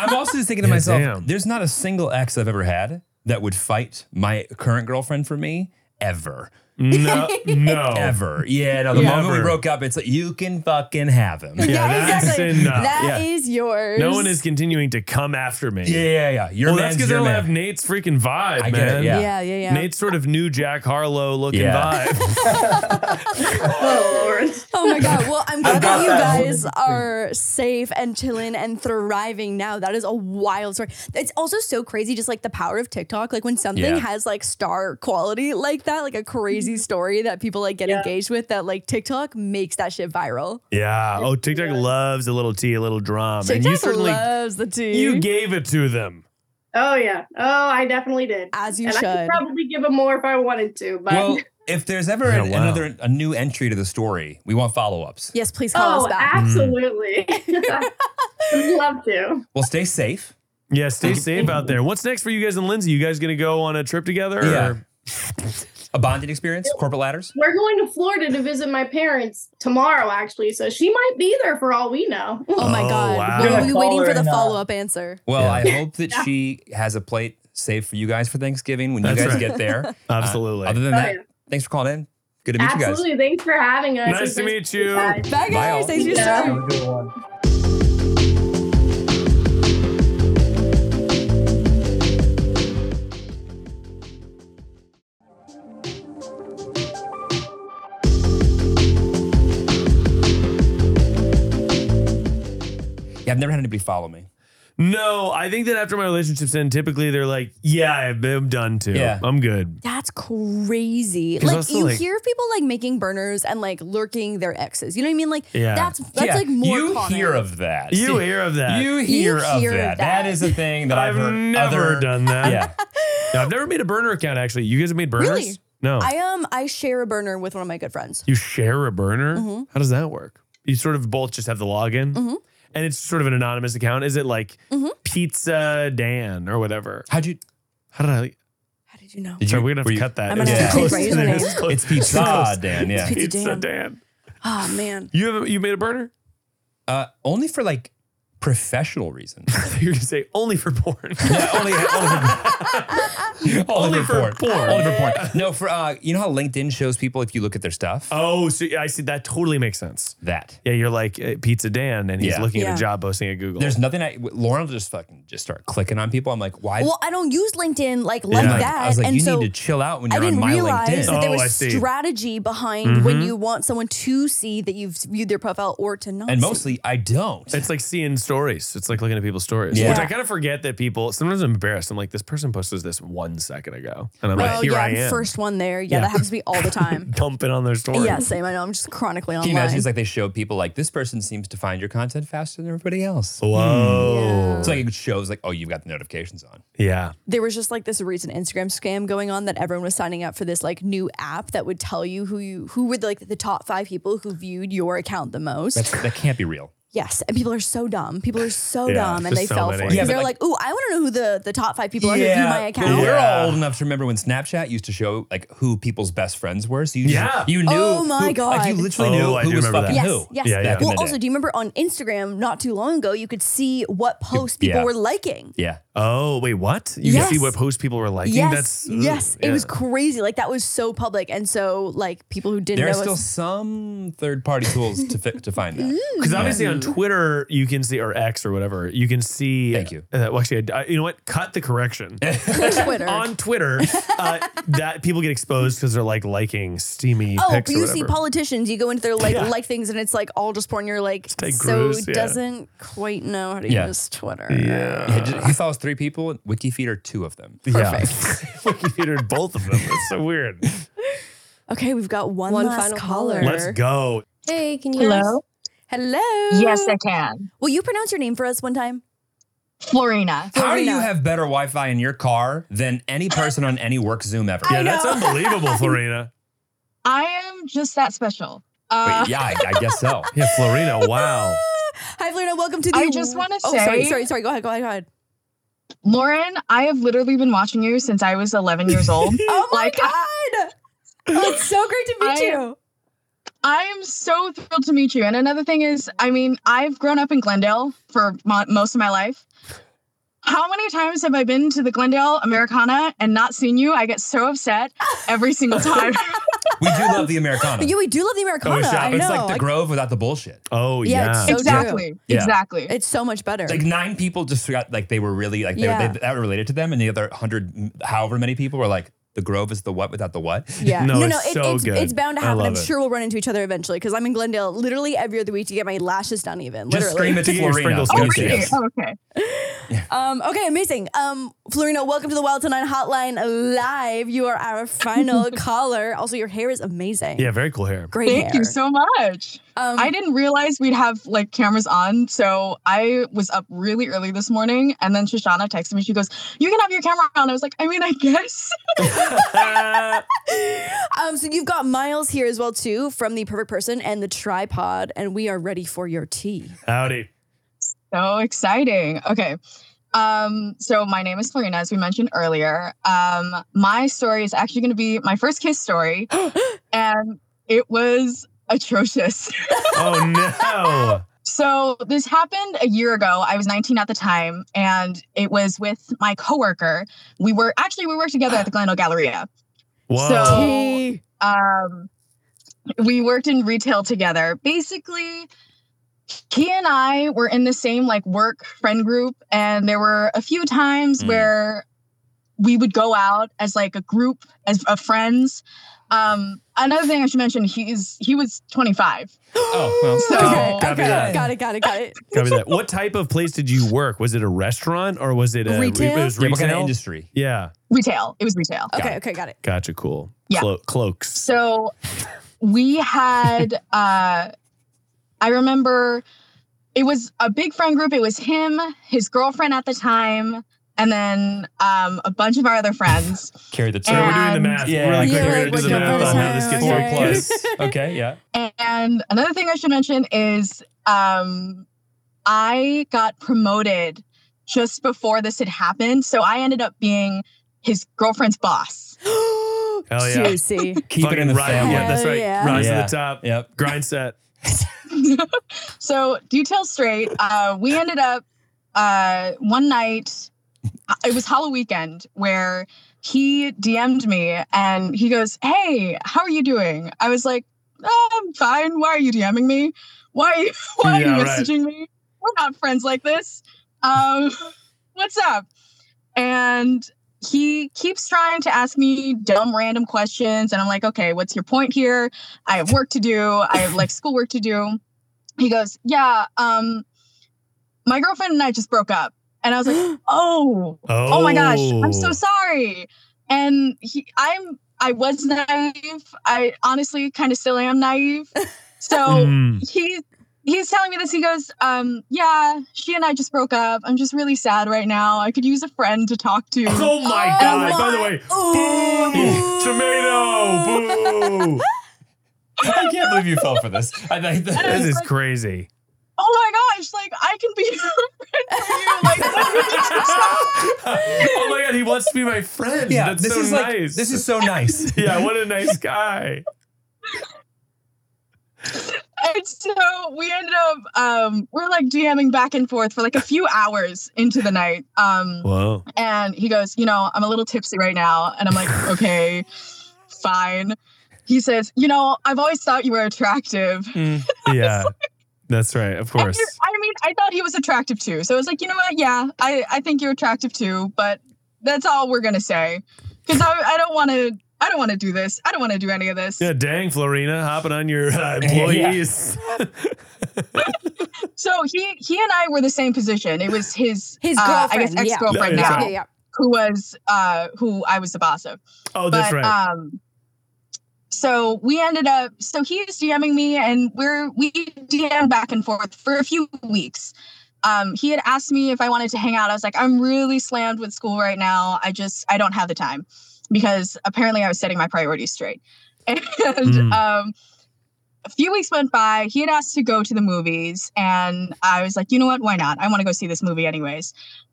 I'm also just thinking to Yeah, myself, damn. there's not a single ex I've ever had that would fight my current girlfriend for me ever. No, no. Ever. Yeah, no, the Yeah. moment we Never. broke up, it's like, you can fucking have him. Yeah, Yeah, that's exactly. enough. That is Yeah. yours. No one is continuing to come after me. Yeah, yeah, yeah. Your well, that's man's because I your don't man. have Nate's freaking vibe, I get it, man. yeah. Yeah, yeah, yeah. Nate's sort of new Jack Harlow looking Yeah. vibe. Oh my god. Well, I'm glad that got you that. guys are safe and chilling and thriving now. That is a wild story. It's also so crazy, just like the power of TikTok. Like when something Yeah. has like star quality like that, like a Mm-hmm. crazy story that people like get engaged with, that like TikTok makes that shit viral. yeah. Oh, TikTok loves a little tea, a little drama, and you TikTok certainly loves the tea. you gave it to them. Oh yeah. Oh, I definitely did. As you and I should. could probably give him more if I wanted to, but Well, if there's ever Yeah, an- Oh, wow. another a new entry to the story, we want follow-ups. Yes, please oh, call us back. Absolutely. Would love to. Well, stay safe. Yeah, stay safe out there. What's next for you guys and Lindsay? You guys gonna go on a trip together? Yeah. Or? A bonding experience, corporate ladders. We're going to Florida to visit my parents tomorrow, actually. So she might be there for all we know. Oh my Oh, god. wow. We'll Gonna be call waiting her for the and, uh, follow up answer. Well, I Yeah. hope that Yeah. she has a plate saved for you guys for Thanksgiving when That's you guys right. get there. Absolutely. Uh, other than Oh, that, yeah. Thanks for calling in. Good to meet you guys. Absolutely. Thanks for having us. Nice to meet you. Bye, Bye, guys. all. Thanks for your Yeah. story. Yeah, I've never had anybody follow me. No, I think that after my relationships end, typically they're like, yeah, I'm done too. Yeah. I'm good. That's crazy. 'Cause Like also, you like- hear of people like making burners and like lurking their exes. You know what I mean? Like Yeah. that's that's Yeah, like more You common. hear of that. You hear of that. You You hear, of hear that. that. That is a thing that I've, I've heard never other- done that. Yeah. No, I've never made a burner account actually. You guys have made burners? Really? No. I um I share a burner with one of my good friends. you share a burner? Mhm. How does that work? You sort of both just have the login. Mhm. And it's sort of an anonymous account. Is it like Mhm. Pizza Dan or whatever? How'd you How did I How did you know? Sorry, we're gonna have were to you- cut that. I'm gonna have to close keep to my the- username. it's close- It's Pizza close. Dan, yeah. It's Pizza Pizza Dan. Dan. Oh man. You have you made a burner? Uh, only for like professional reasons. You're gonna say only for porn. only, Only for porn. Only for porn. No, for uh, you know how LinkedIn shows people if you look at their stuff. Oh, so I see. That totally makes sense. That. Yeah, you're like uh, Pizza Dan, and he's Yeah. looking at Yeah. a job posting at Google. There's nothing I. Lauren will just fucking just start clicking on people. I'm like, why? well, I don't use LinkedIn like Yeah. like Like, that. I was like, and you so need to chill out when I you're on didn't my realize LinkedIn. that there Oh, I was see. strategy behind when Mhm. you want someone to see that you've viewed their profile or to not. And see. mostly I don't. It's like seeing stories. It's like looking at people's stories, Yeah. which I kind of forget that people sometimes I'm embarrassed. I'm like, this person posted this one second ago, and I'm oh like, here yeah, I I'm am, first one there. Yeah, Yeah. that happens to me all the time. dumping on their story. yeah, same. I know. I'm just chronically Can you online. imagine? It's like they show people like this person seems to find your content faster than everybody else. Whoa. It's like it shows like, oh, you've got the notifications on. Yeah. there was just like this recent Instagram scam going on that everyone was signing up for this like new app that would tell you who you who were like the top five people who viewed your account the most. That's, that can't be real. yes, and people are so dumb. People are so Yeah, dumb, and there's they so fell many. for it. Yeah, but, they're like- like, "Ooh, I want to know who the the top five people are who view my account." We're all old enough to remember when Snapchat used to show like who people's best friends were. So you just- Yeah. you knew. Oh my who- God. Like you literally Oh, knew I who do was remember fucking that. who. Yes. Yeah, back in Well, the also, day. do you remember on Instagram not too long ago you could see what posts people yeah. were liking? Yeah. Oh wait, what? You Yes. can see what posts people were liking. yes, That's ugh, yes, it yeah. was crazy. Like that was so public, and so like people who didn't There are know. still us- some third party tools to fi- to find Mm. that. Because obviously on Twitter you can see or X or whatever you can see. Thank you. Uh, well, actually, I, I- you know what? Cut the correction. Twitter. on Twitter, uh, that people get exposed because they're like liking steamy. Oh, pics but or you whatever. see politicians, you go into their like Yeah. like things, and it's like all just porn. You're like, Ted so Cruz, yeah. doesn't quite know how to Yeah. use Twitter. Yeah, just, he follows three people. and WikiFeed are two of them. Yeah, Wikipedia both of them. It's so weird. Okay, we've got one, One last final caller. caller. Let's go. Hey, can you hear us? Hello? Hello. Yes, I can. Will you pronounce your name for us one time? Florina. How do you have better Wi Fi in your car than any person on any work Zoom ever? Yeah, that's unbelievable, Florina. I am just that special. Wait, Uh, yeah, I, I guess so. Yeah, Florina. Wow. Hi, Florina. Welcome to the. I just wanna Oh, sorry, say- sorry, sorry. Go ahead, go ahead, go ahead. Lauren, I have literally been watching you since I was 11 years old. Oh my Like, I- god! Oh, it's so great to meet I- you. I am so thrilled to meet you. And another thing is, I mean, I've grown up in Glendale for mo- most of my life. How many times have I been to the Glendale Americana and not seen you? I get so upset every single time. We do love the Americana. Yeah, we do love the Oh, Americana. it's, I know. it's like the I- Grove without the bullshit. Oh Yeah, it's yeah. so true. exactly. Yeah. Exactly. It's so much better. Like nine people just got like they were really like they, Yeah. they, that related to them, and the other hundred, however many people were like, the Grove is the what without the what. Yeah. No, no, it's it- so it's, good. it's bound to I happen. love I'm it. sure we'll run into each other eventually because I'm in Glendale literally every other week to get my lashes done, even. Just literally. scream it to Get your Florina. sprinkles Oh, Yes, really? yes. Oh, okay. Um, okay, amazing. Um, Florina, welcome to the Wild Tonight Hotline Live. You are our final caller. Also, your hair is amazing. Yeah, very cool hair. Great Thank hair. you so much. Um, I didn't realize we'd have like cameras on, so I was up really early this morning, and then Shoshana texted me. She goes, "You can have your camera on." I was like, "I mean, I guess." um, so you've got Miles here as well too from the Perfect Person and the Tripod, and we are ready for your tea. Howdy. So exciting. Okay. Um, so my name is Florina, as we mentioned earlier. Um, my story is actually going to be my first kiss story, and it was atrocious. Oh no. So this happened a year ago. I was 19 at the time, and it was with my coworker. We were actually we worked together at the Glendale Galleria. Whoa. So um, we worked in retail together. Basically, he and I were in the same like work friend group, and there were a few times Hmm. where we would go out as like a group as of friends. Um, another thing I should mention, he's he was 25. Oh, well. So- copy, copy that. Got it, got it, got it. Copy that. What type of place did you work? Was it a restaurant or was it a Retail? It was Yeah, retail? what kind of industry? Yeah. Retail. It was retail. Okay, okay, got it. Gotcha. Cool. Yeah. Clo- cloaks. So we had uh I remember it was a big friend group. It was him, his girlfriend at the time, and then um a bunch of our other friends. Carry the So we're doing Um, the math really quick. We're gonna do the math on how this gets Four to plus. a Okay, yeah. And another thing I should mention is um, I got promoted just before this had happened. So I ended up being his girlfriend's boss. Hell yeah. Juicy. Keep it in the Fucking rise- family. Yeah, that's right. Hell yeah. Rise Yeah. to the top. Yep. Grind set. So do tell straight. Uh, we ended up uh, one night, uh, it was Halloween weekend where he DM'd me and he goes, Hey, how are you doing? I was like, "Oh, I'm fine. Why are you DMing me? Why, why are Yeah, you right. messaging me? We're not friends like this. Um, what's up? And he keeps trying to ask me dumb random questions. And I'm like, okay, what's your point here? I have work to do. I have like schoolwork to do. He goes, yeah, um, my girlfriend and I just broke up. And I was like, oh, oh, my gosh, I'm so Oh. sorry. And he, I'm, I was naive. I honestly kind of still am naive. So Mm. he, he's telling me this. He goes, um, yeah, she and I just broke up. I'm just really sad right now. I could use a friend to talk to. Oh my god. By the way, boo! Tomato! Boo! I can't believe you fell for this. I, I, this is crazy. oh my gosh, like I can be oh my god, he wants to be my friend. Yeah, That's this so is nice. like- this is so nice. yeah, what a nice guy. And so we ended up um we're like DMing back and forth for like a few hours into the night. Um Whoa. and he goes, you know, I'm a little tipsy right now. And I'm like, okay, fine. He says, you know, I've always thought you were attractive. Yeah. That's right. Of And course. you- I mean, I thought he was attractive too. So I was like, you know what? Yeah, I, I think you're attractive too, but that's all we're gonna say. Because I, I don't want to I don't want to do this. I don't want to do any of this. Yeah, dang, Florina, hopping on your uh, employees. So he he and I were the same position. It was his His uh, I guess girlfriend, yeah. ex girlfriend Yeah, now, yeah, yeah. who was uh, who I was the boss of. Oh, that's but, right. Um, so we ended up. So he is DMing me, and we're we DM back and forth for a few weeks. Um, he had asked me if I wanted to hang out. I was like, I'm really slammed with school right now. I just I don't have the time because apparently I was setting my priorities straight. And Mm. um, a few weeks went by. He had asked to go to the movies, and I was like, you know what? Why not? I want to go see this movie anyways.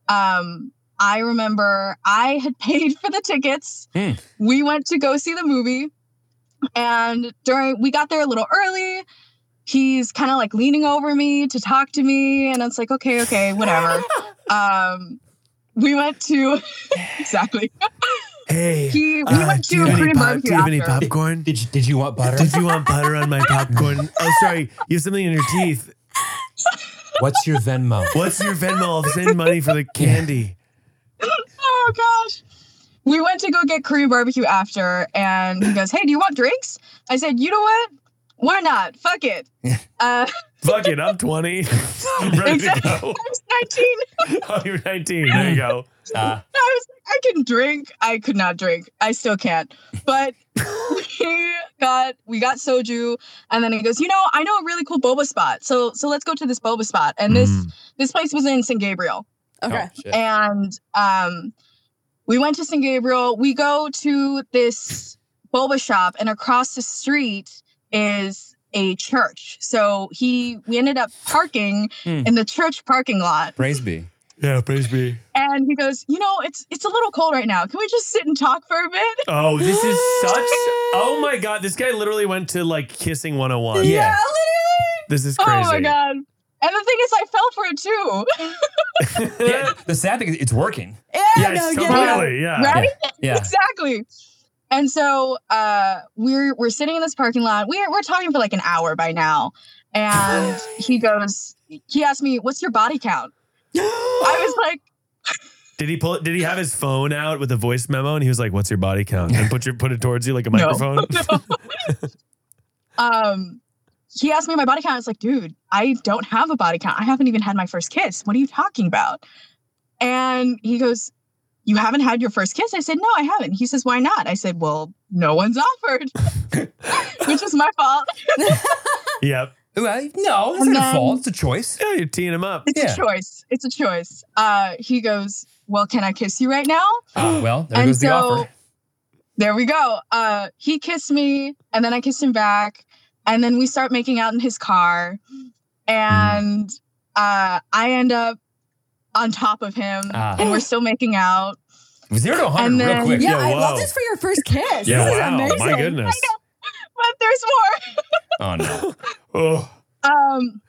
Um, I remember I had paid for the tickets. Hmm. We went to go see the movie, and during we got there a little early. He's kind of like leaning over me to talk to me, and it's like, okay, okay, whatever. um, we went to exactly. Hey, He- we Uh, Ah, went to a Korean barbecue after. popcorn? Did you, did you want butter? you want butter on my popcorn? Oh, sorry, you have something in your teeth. What's your Venmo? What's your Venmo? I'll send money for the candy. oh gosh. We went to go get Korean barbecue after, and he goes, "Hey, do you want drinks?" I said, "You know what? Why not? Fuck it." Uh, Fuck it, I'm 20. I'm ready to exactly. I go. was nineteen. Oh, you're 19. There you go. Ah. I was like, I can drink. I could not drink. I still can't. But we got we got soju, and then he goes, you know, I know a really cool boba spot. So so let's go to this boba spot. And this this place was in St. Gabriel, Okay. and um, we went to St. Gabriel. We go to this boba shop, and across the street is a church. So he we ended up parking Hmm. in the church parking lot. Praise be. Yeah, praise be. And he goes, you know, it's it's a little cold right now. Can we just sit and talk for a bit? Oh, this is such. Oh my God. This guy literally went to like kissing 101. Yeah. This is crazy. Oh my god! And the thing is, I fell for it too. yeah. The sad thing is, it's working. Yeah, Yeah, it's no, yeah, totally. Yeah. right? Yeah. Exactly. And so uh, we're we're sitting in this parking lot. We're we're talking for like an hour by now, and he goes, he asked me, "What's your body count?" I was like, Did he pull? Did he have his phone out with a voice memo and he was like, "What's your body count?" and put your put it towards you like a microphone? um, he asked me my body count. I was like, dude, I don't have a body count. I haven't even had my first kiss. What are you talking about? And he goes, you haven't had your first kiss? I said, no, I haven't. He says, why not? I said, well, no one's offered, which is my fault. Yep. Well, no, it's And not a then- fault. It's a choice. Yeah, you're teeing him up. It's a choice. It's a choice. Uh, he goes, well, can I kiss you right now? Ah, well, there And goes the so- offer. there we go. Uh, he kissed me, and then I kissed him back, and then we start making out in his car, and uh, I end up on top of him, Ah. and we're still making out. Zero to 100 And real then- quick. Yeah, I love whoa. this for your first kiss. Yeah, This is wow, my amazing. goodness. I know, but there's more. Oh, no. oh. um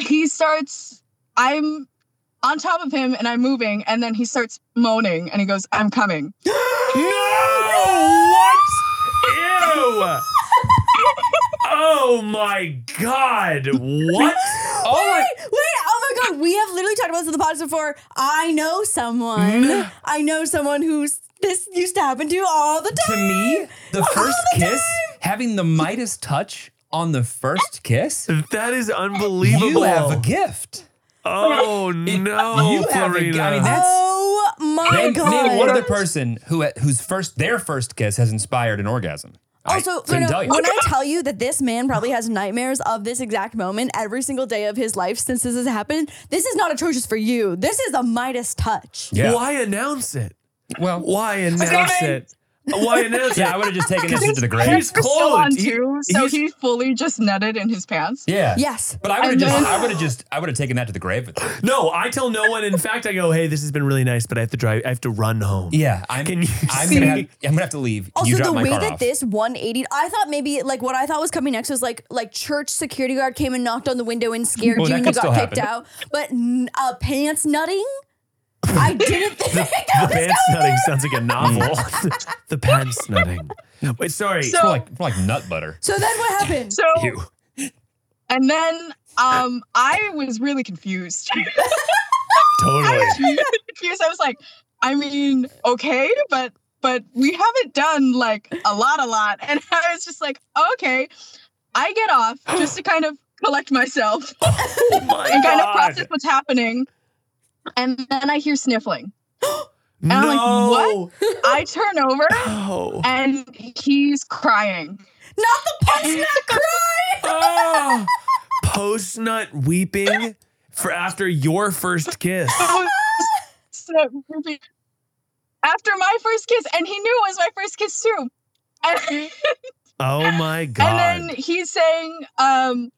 he starts i'm on top of him and i'm moving and then he starts moaning and he goes i'm coming no Ew! oh my god! What? wait, wait, oh my god, we have literally talked about this in the podcast before. I know Mm. someone. I know someone who's this used to happen to all the time. To me, the first kiss, having the Midas touch on the first kiss, that is unbelievable. You have a gift. Oh no, you have a g- I mean, that's oh my name, god. name one other person who whose first their first kiss has inspired an orgasm. I Also, couldn't Bruno, tell you. when I tell you that this man probably has nightmares of this exact moment every single day of his life since this has happened, this is not atrocious for you. This is a Midas touch. Why announce it? Well, why announce Okay. it? Why announce it? Yeah, I would've just taken this His into the grave. pants He's were still on clothed. He- too, so he's- he fully just nutted in his pants Yeah. But I would have And just, then- I would have just, I would have taken that to the grave with them. No, I tell no one. In fact, I go, "Hey, this has been really nice, but I have to drive. I have to run home." Yeah, I'm, Can you I'm see? gonna, have, I'm gonna have to leave. Can you Also, the drop my way car that off? this 180, I thought maybe like what I thought was coming next was like like church security guard came and knocked on the window and scared Well, you that and you could still got kicked happen. out. But n- uh, pants nutting, I didn't think the pants nutting sounds like a novel. the pants nutting. Wait, sorry. It's more So- like- like nut butter. So then what happened? so and then um i was really confused I Totally. was really confused. I was like, I mean, okay, but but we haven't done like a lot, a lot. And I was just like, okay. I get off just to kind of collect myself Oh and kind of God. process what's happening. And then I hear sniffling. And no. I'm like, what? I turn over No. and he's crying. Not the punch, not cry. Oh, post nut weeping for after your first kiss. So, after my first kiss, and he knew it was my first kiss too. And Oh my god. And then he's saying, um,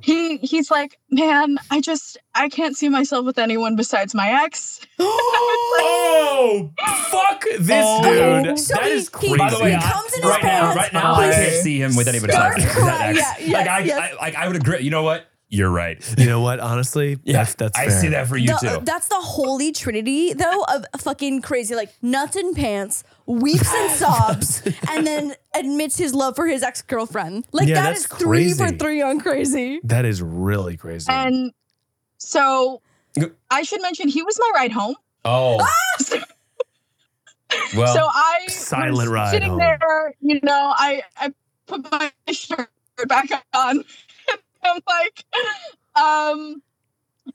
he he's like, man, I just I can't see myself with anyone besides my ex. oh, fuck this Oh. dude. So That he- is he- crazy. By the way, I- right now, right now, I can't see him with anybody else. Stark That cry. ex. Yeah, like yes, I, yes. I, like I would agree. You know what? You're right. You know what? Honestly, that's that's. I fair. see that for uh, you The- uh, too. that's the holy trinity, though, of fucking crazy. Like nuts and pants, weeps and sobs, and then admits his love for his ex girlfriend. Like Yeah, that that's is three for crazy. three on crazy. That is really crazy. And so Go- I should mention he was my ride home. Ah, Oh, well. so I was silent ride sitting home. there, you know, I I put my shirt back on. I'm like, um,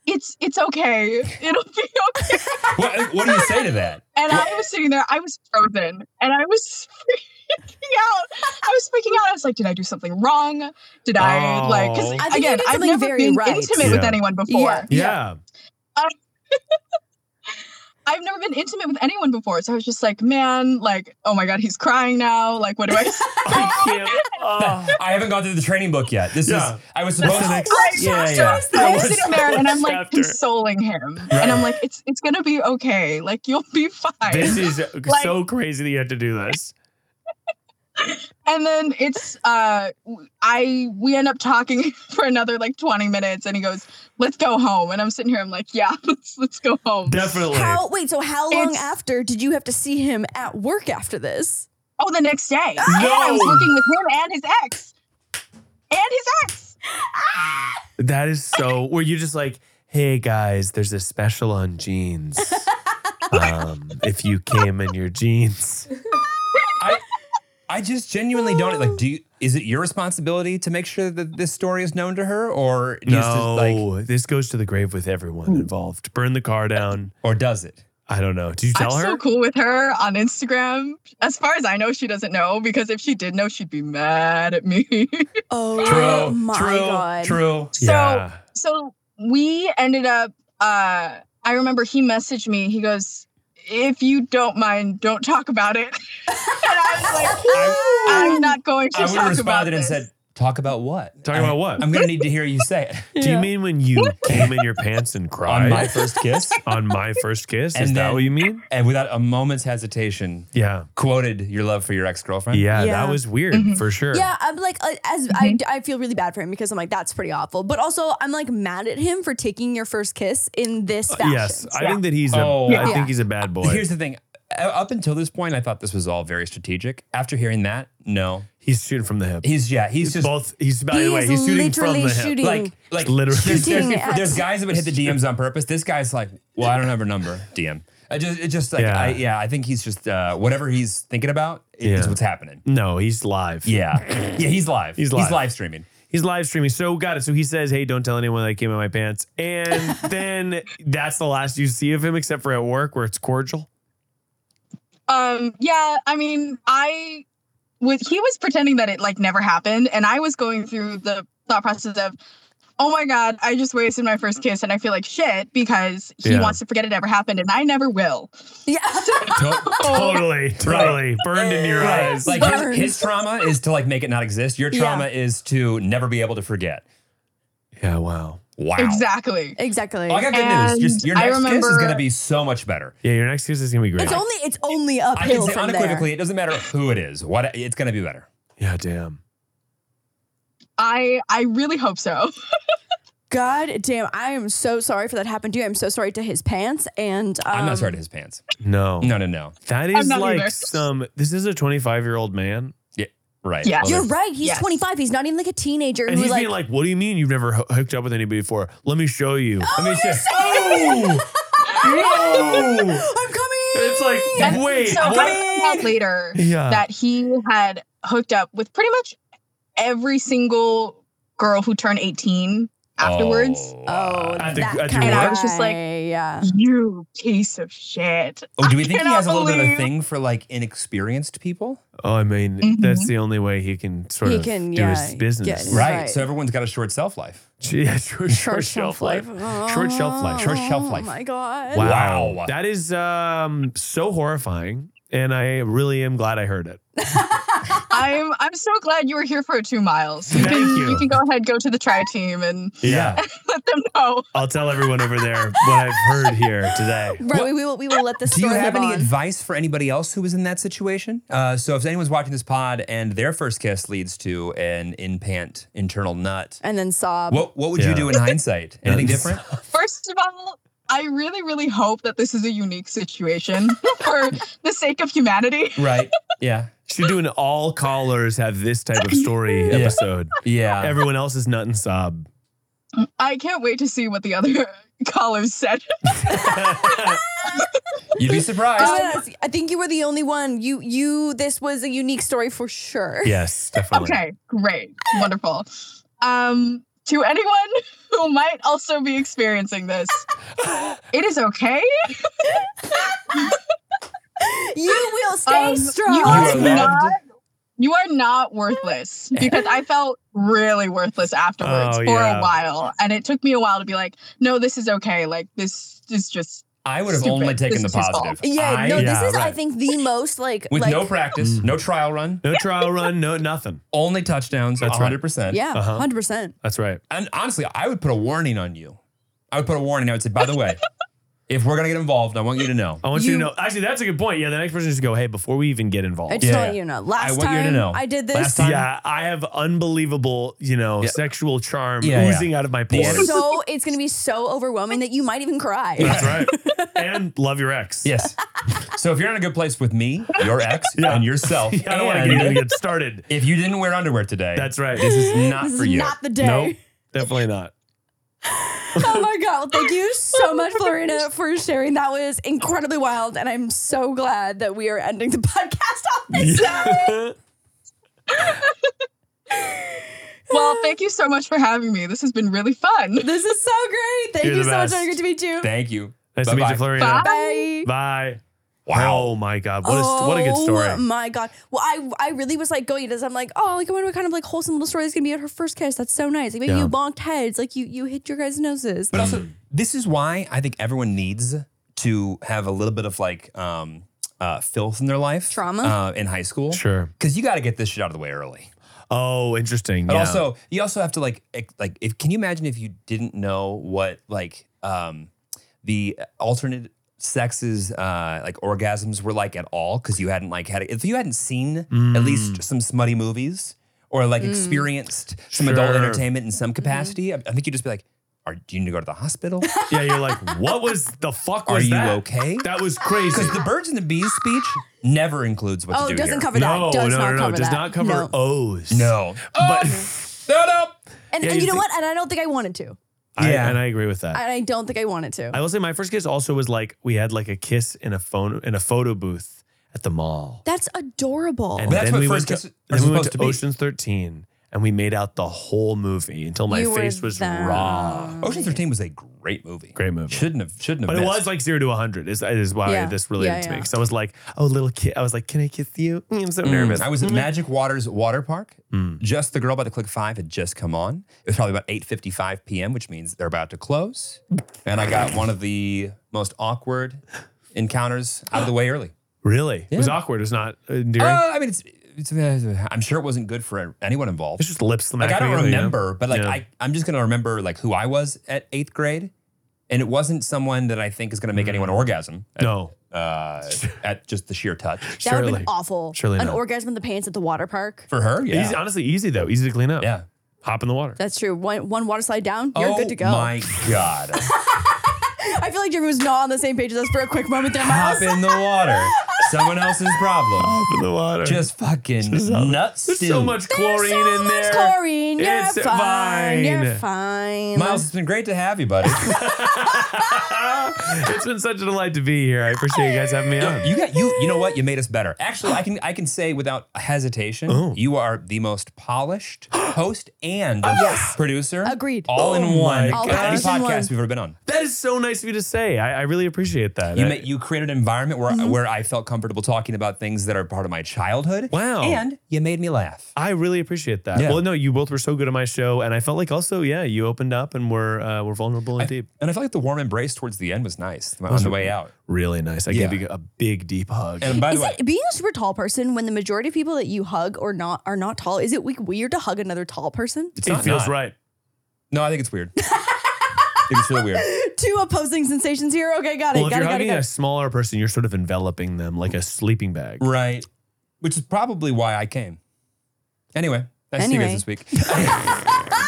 it's it's okay. It'll be okay. what, what do you say to that? And I was sitting there, I was frozen, and I was freaking out. I was freaking out. I was like, did I do something wrong? Did I like? Because Oh. I think you again, did I've something never very been right. intimate with Yeah. anyone before. Yeah. yeah. I've never been intimate with anyone before, so I was just like, man, like, oh my god, he's crying now. Like, what do I? say? I can't. Oh. I haven't gone through the training book yet. This Yeah. is. I was supposed to. Like, yeah, so yeah. I was sitting there and I'm like Chapter. consoling him, and I'm like, it's it's gonna be okay. Like, you'll be fine. This is uh, Like- so crazy that you had to do this. and then it's uh i we end up talking for another like 20 minutes and he goes let's go home and i'm sitting here i'm like yeah let's let's go home Definitely. How wait, so how long It's- after did you have to see him at work after this? Ah, Oh, the next day. And I was No. looking with him and his ex. And his ex. That is so. Were you just like, hey guys, there's a special on jeans. Um, if you came in your jeans, I just genuinely don't like. Do you, is it your responsibility to make sure that this story is known to her, or just no, like this goes to the grave with everyone Hmm. involved. Burn the car down, or does it? I don't know. Did you tell I'm her? so cool with her on Instagram. As far as I know, she doesn't know because if she did know, she'd be mad at me. Oh True, Oh my true, God. true. So Yeah. so we ended up uh I remember he messaged me. He goes, if you don't mind, don't talk about it. and I was like, I'm not going to I would have talk about responded it. and said, "Talk about what? Talking about what? I'm gonna need to hear you say it." Do you mean when you came in your pants and cried on my first kiss? on my first kiss? Is that then- what you mean? And without a moment's hesitation, yeah, quoted your love for your ex girlfriend. Yeah, that Yeah. was weird, Mhm. for sure. Yeah, I'm like, uh, as I, I feel really bad for him because I'm like, that's pretty awful. But also, I'm like mad at him for taking your first kiss in this Uh, fashion. Uh, Yes, I think that he's. a I Oh. Yeah. think he's a bad boy. Here's the thing. Uh, Up until this point, I thought this was all very strategic. After hearing that, no, he's shooting from the hip. He's yeah, he's just both. He's by the He way, is he's shooting from literally the hip. shooting- Like like Literally. There's, there's- Shooting at- there's guys that would hit the DMs on purpose. This guy's like, well, I don't have her number. DM. I just it just like Yeah. I yeah, I think he's just uh, whatever he's thinking about is Yeah. what's happening. No, he's live. Yeah, yeah, he's live. He's live. He's live streaming. He's live streaming. So got it. So he says, "Hey, don't tell anyone that I came in my pants." And then that's the last you see of him, except for at work where it's cordial. Um, yeah, I mean, I was he was pretending that it like never happened, and I was going through the thought process of, oh my god, I just wasted my first kiss, and I feel like shit because he Yeah. wants to forget it ever happened, and I never will. Yeah. totally, totally burned into your Oh. Right. eyes. Like his, his trauma is to like make it not exist. Your Yeah. trauma is to never be able to forget. Yeah. Wow. Wow. Oh, Exactly. Exactly. I got good news. Your, your next kiss is going to be so much better. Yeah, your next kiss is gonna be great. It's only it's only I can uphill say from there. unequivocally, it doesn't matter who it is. What it's going to be better. Yeah, damn. I I really hope so. God damn, I am so sorry for that happened to you. I'm so sorry to his pants and um, I'm not sorry to his pants. No. No, no, no. That I'm is not like either. some. This is a 25 year old man. Yeah. Right. Yeah, you're right. He's 25. He's not even like a teenager And who he's like, being like, "What do you mean you've never ho- hooked up with anybody before? Let me show you. Let me show." Oh! No! I'm coming. It's like, wait, so what? I found out later Yeah. that he had hooked up with pretty much every single girl who turned 18 afterwards. oh, At that the- at your kind work? of I was just like, yeah. You piece of shit. Oh, do we think he cannot has a little bit of a believe- thing for like inexperienced people? Oh, I mean, Mhm. that's the only way he can sort Mm-hmm. He of can, do yeah, his business, get- Right. right. So everyone's got a short shelf life. Yeah, short, short shelf life. Short shelf life. Short shelf Oh life. my god. Wow. Wow. That is um so horrifying. And I really am glad I heard it. I'm I'm so glad you were here for two miles. You Thank can you. you. can go ahead, go to the tri team and Yeah. let them know. I'll tell everyone over there what I've heard here today. Right, we, we will we will let this Do you story have live any on. advice for anybody else who was in that situation? Uh, so if anyone's watching this pod and their first kiss leads to an in pant internal nut, and then sob. what what would you Yeah. do in hindsight? Anything different? First of all, I really, really hope that this is a unique situation for the sake of humanity. right. Yeah. Should do an all callers have this type of story Yeah. episode. Yeah. Everyone else is nut and sob. I can't wait to see what the other callers said. You'd be surprised. Um, I think you were the only one. You you this was a unique story for sure. Yes, definitely. Okay, great. Wonderful. Um, to anyone who might also be experiencing this, it is okay. You will stay Um, strong. You are are loved. not. You are not worthless because I felt really worthless afterwards Oh, for yeah. a while, and it took me a while to be like, no, this is okay. Like this is just. I would have Stupid. only taken This the is his fault. positive. Yeah, I- no, yeah, this is I right. think the most like with like no practice, no trial run, Mm. No trial run, no nothing. only touchdowns, That's right. 100%. yeah, Uh-huh. 100%. That's right. And honestly, I would put a warning on you. I would put a warning. I would say, by the way, if we're going to get involved, I want you to know. I want you, You- to know. Actually, that's a good point. Yeah, the next person should go, hey, before we even get involved. I just Yeah. want you to know. Last want you time to know. I did this. Last time- Yeah, I have unbelievable, you know, Yeah. sexual charm Yeah, yeah. oozing out of my The pores. so it's going to be so overwhelming that you might even cry. That's right. and love your ex. Yes. So if you're in a good place with me, your ex, and yourself, Yeah, I don't wanna get- get started. If you didn't wear underwear today, That's right. This is not This is for you. not the day. Nope, definitely not. oh my god! Well, thank you Oh so much, Florina, for sharing. That was incredibly wild, and I'm so glad that we are ending the podcast on this note. Well, thank you so much for having me. This has been really fun. This is so great. Thank You're you the so much. best. Good to meet you. Thank you. Nice to meet you, Florina. Bye. Bye. Wow. Oh my God. What a, what a good story. Oh my god. Well, I I really was like going into this. I'm like, oh, like I wonder what kind of like wholesome little story is gonna be at her first kiss. That's so nice. Like maybe Yeah. you bonked heads, like you you hit your guys' noses. But also, this is why I think everyone needs to have a little bit of like um, uh, filth in their life, Trauma? uh, in high school, Sure. because you got to get this shit out of the way early. Oh, interesting. But yeah. also, you also have to like ex- like if can you imagine if you didn't know what like um, the alternate sexes uh, like orgasms were like at all because you hadn't like had if you hadn't seen at least some smutty movies or like Mm. experienced some adult Sure. entertainment in some capacity, I, I think you'd just be like. Are, do you need to go to the hospital? yeah, you're like, what was the fuck Are was you that? okay? That was crazy. Because the birds and the bees speech never includes what Oh, to do doesn't here. cover that. No, Does no, not no, no. cover Does that. not cover No. O's. No. But shut up. And, Yeah, and you you know thi- what? And I don't think I wanted to. I, Yeah. and I agree with that. And I don't think I wanted to. I will say my first kiss also was like we had like a kiss in a phone in a photo booth at the mall. That's adorable. And then we went to, are then we went supposed to to be. Ocean's 13 and we made out the whole movie until my You were face was there. Um, raw. Ocean 13 was a great movie. Great movie. Shouldn't have shouldn't have But it missed. was like zero to 100 is, is why Yeah. this related Yeah, to me. yeah. Because I was like, oh, little kid. I was like, can I kiss you? Mm, I'm so Mm. nervous. I was at Mm-hmm. Mm. Magic Waters Water Park. Just the girl by the Click Five had just come on. It was probably about 8:55 p.m., which means they're about to close. And I got one of the most awkward encounters out of the way early. Really? It was Yeah. awkward. It was not endearing. Uh, I mean, it's, it's uh, I'm sure it wasn't good for anyone involved. It's just lip smack. Like I don't really, you know? remember, but like Yeah. I, I'm just gonna remember like who I was at eighth grade, and it wasn't someone that I think is gonna make anyone orgasm. at- Mm. No. uh, at just the sheer touch. that would have been awful. Surely An not. orgasm in the pants at the water park. for her. Yeah, Easy, honestly, easy though. Easy to clean up. Yeah. Hop in the water. That's true. One one water slide down, you're Oh good to go. my God. I feel like Jimmy was not on the same page as us for a quick moment there, Miles. Hop in the water. Someone else's problem. Hop in the water. Just fucking nuts. There's so much chlorine in There's there. chlorine. You're It's fine. You're fine. fine. Miles, it's been great to have you, buddy. it's been such a delight to be here. I appreciate you guys having me on. You got you. You know what? You made us better. Actually, I can I can say without hesitation, Oh. you are the most polished host and producer. Agreed. All in Oh one. my of Any gosh. All in one. podcast we've ever been on. That is so nice of you to say. I, I really appreciate that. You, I- ma- you created an environment where Mm-hmm. Mhm. where I felt comfortable talking about things that are part of my childhood. Wow. And you made me laugh. I really appreciate that. Yeah. Well, no, you both were so good at my show, and I felt like also, yeah, you opened up and we're uh, we're vulnerable and deep. And I felt like the warm embrace towards the end was nice was on the way out. Really nice. I Yeah. gave you a big deep hug. And by the is way, it being a super tall person when the majority of people that you hug or not are not tall? Is it like, weird to hug another tall person? It's It not feels not. right. No, I think it's weird. I think it's really weird. Two opposing sensations here. Okay, got it. Well, if got you're it. Got it. hugging Got a it. smaller person, you're sort of enveloping them like a sleeping bag. Right. Which is probably why I came. Anyway, nice Anyway. to see you guys this week.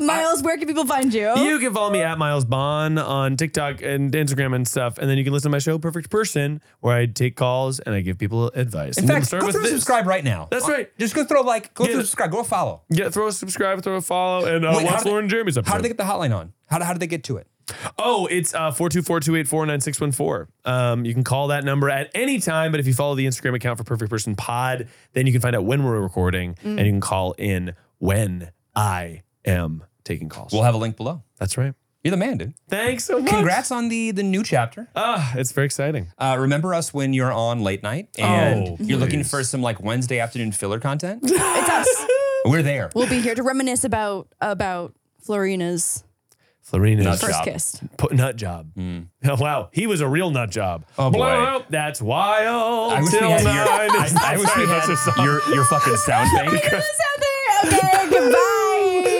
Miles, where can people find you? You can follow me at Miles Bond on TikTok and Instagram and stuff. And then you can listen to my show, Perfect Person, where I take calls and I give people advice. In And fact, we'll start go with through and this. subscribe right now. Uh, That's right. Just go throw a like, go Yeah. through and subscribe, go follow. Yeah, throw a subscribe, throw a follow, and uh, Wait, how watch do they- Lauren Jeremy's episode. How do they get the hotline on? How do, how do they get to it? Oh, it's uh, 424-284-9614. Um, you can call that number at any time, but if you follow the Instagram account for Perfect Person Pod, then you can find out when we're recording Mm. and you can call in when I am taking calls. We'll have a link below. That's right. You're the man, dude. Thanks so much. Congrats on the the new chapter. Ah, it's very exciting. Uh, remember us when you're on late night and Oh, you're looking please. for some like Wednesday afternoon filler content. it's us. We're there. We'll be here to reminisce about about Florina's Florina's first kiss. Put nut job. Oh, wow, he was a real nut job. Mm. Oh, boy. Wow, that's wild. I wish we Till had your, nine. I, I wish we Sorry, that's a had song. your, your fucking sound bank. Okay, goodbye.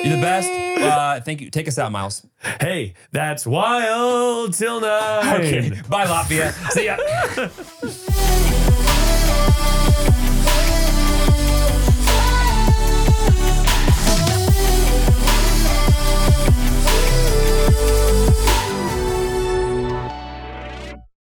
You're the best. Uh, thank you. Take us out, Miles. Hey, that's wild till nine. Okay. Bye, Latvia. See ya.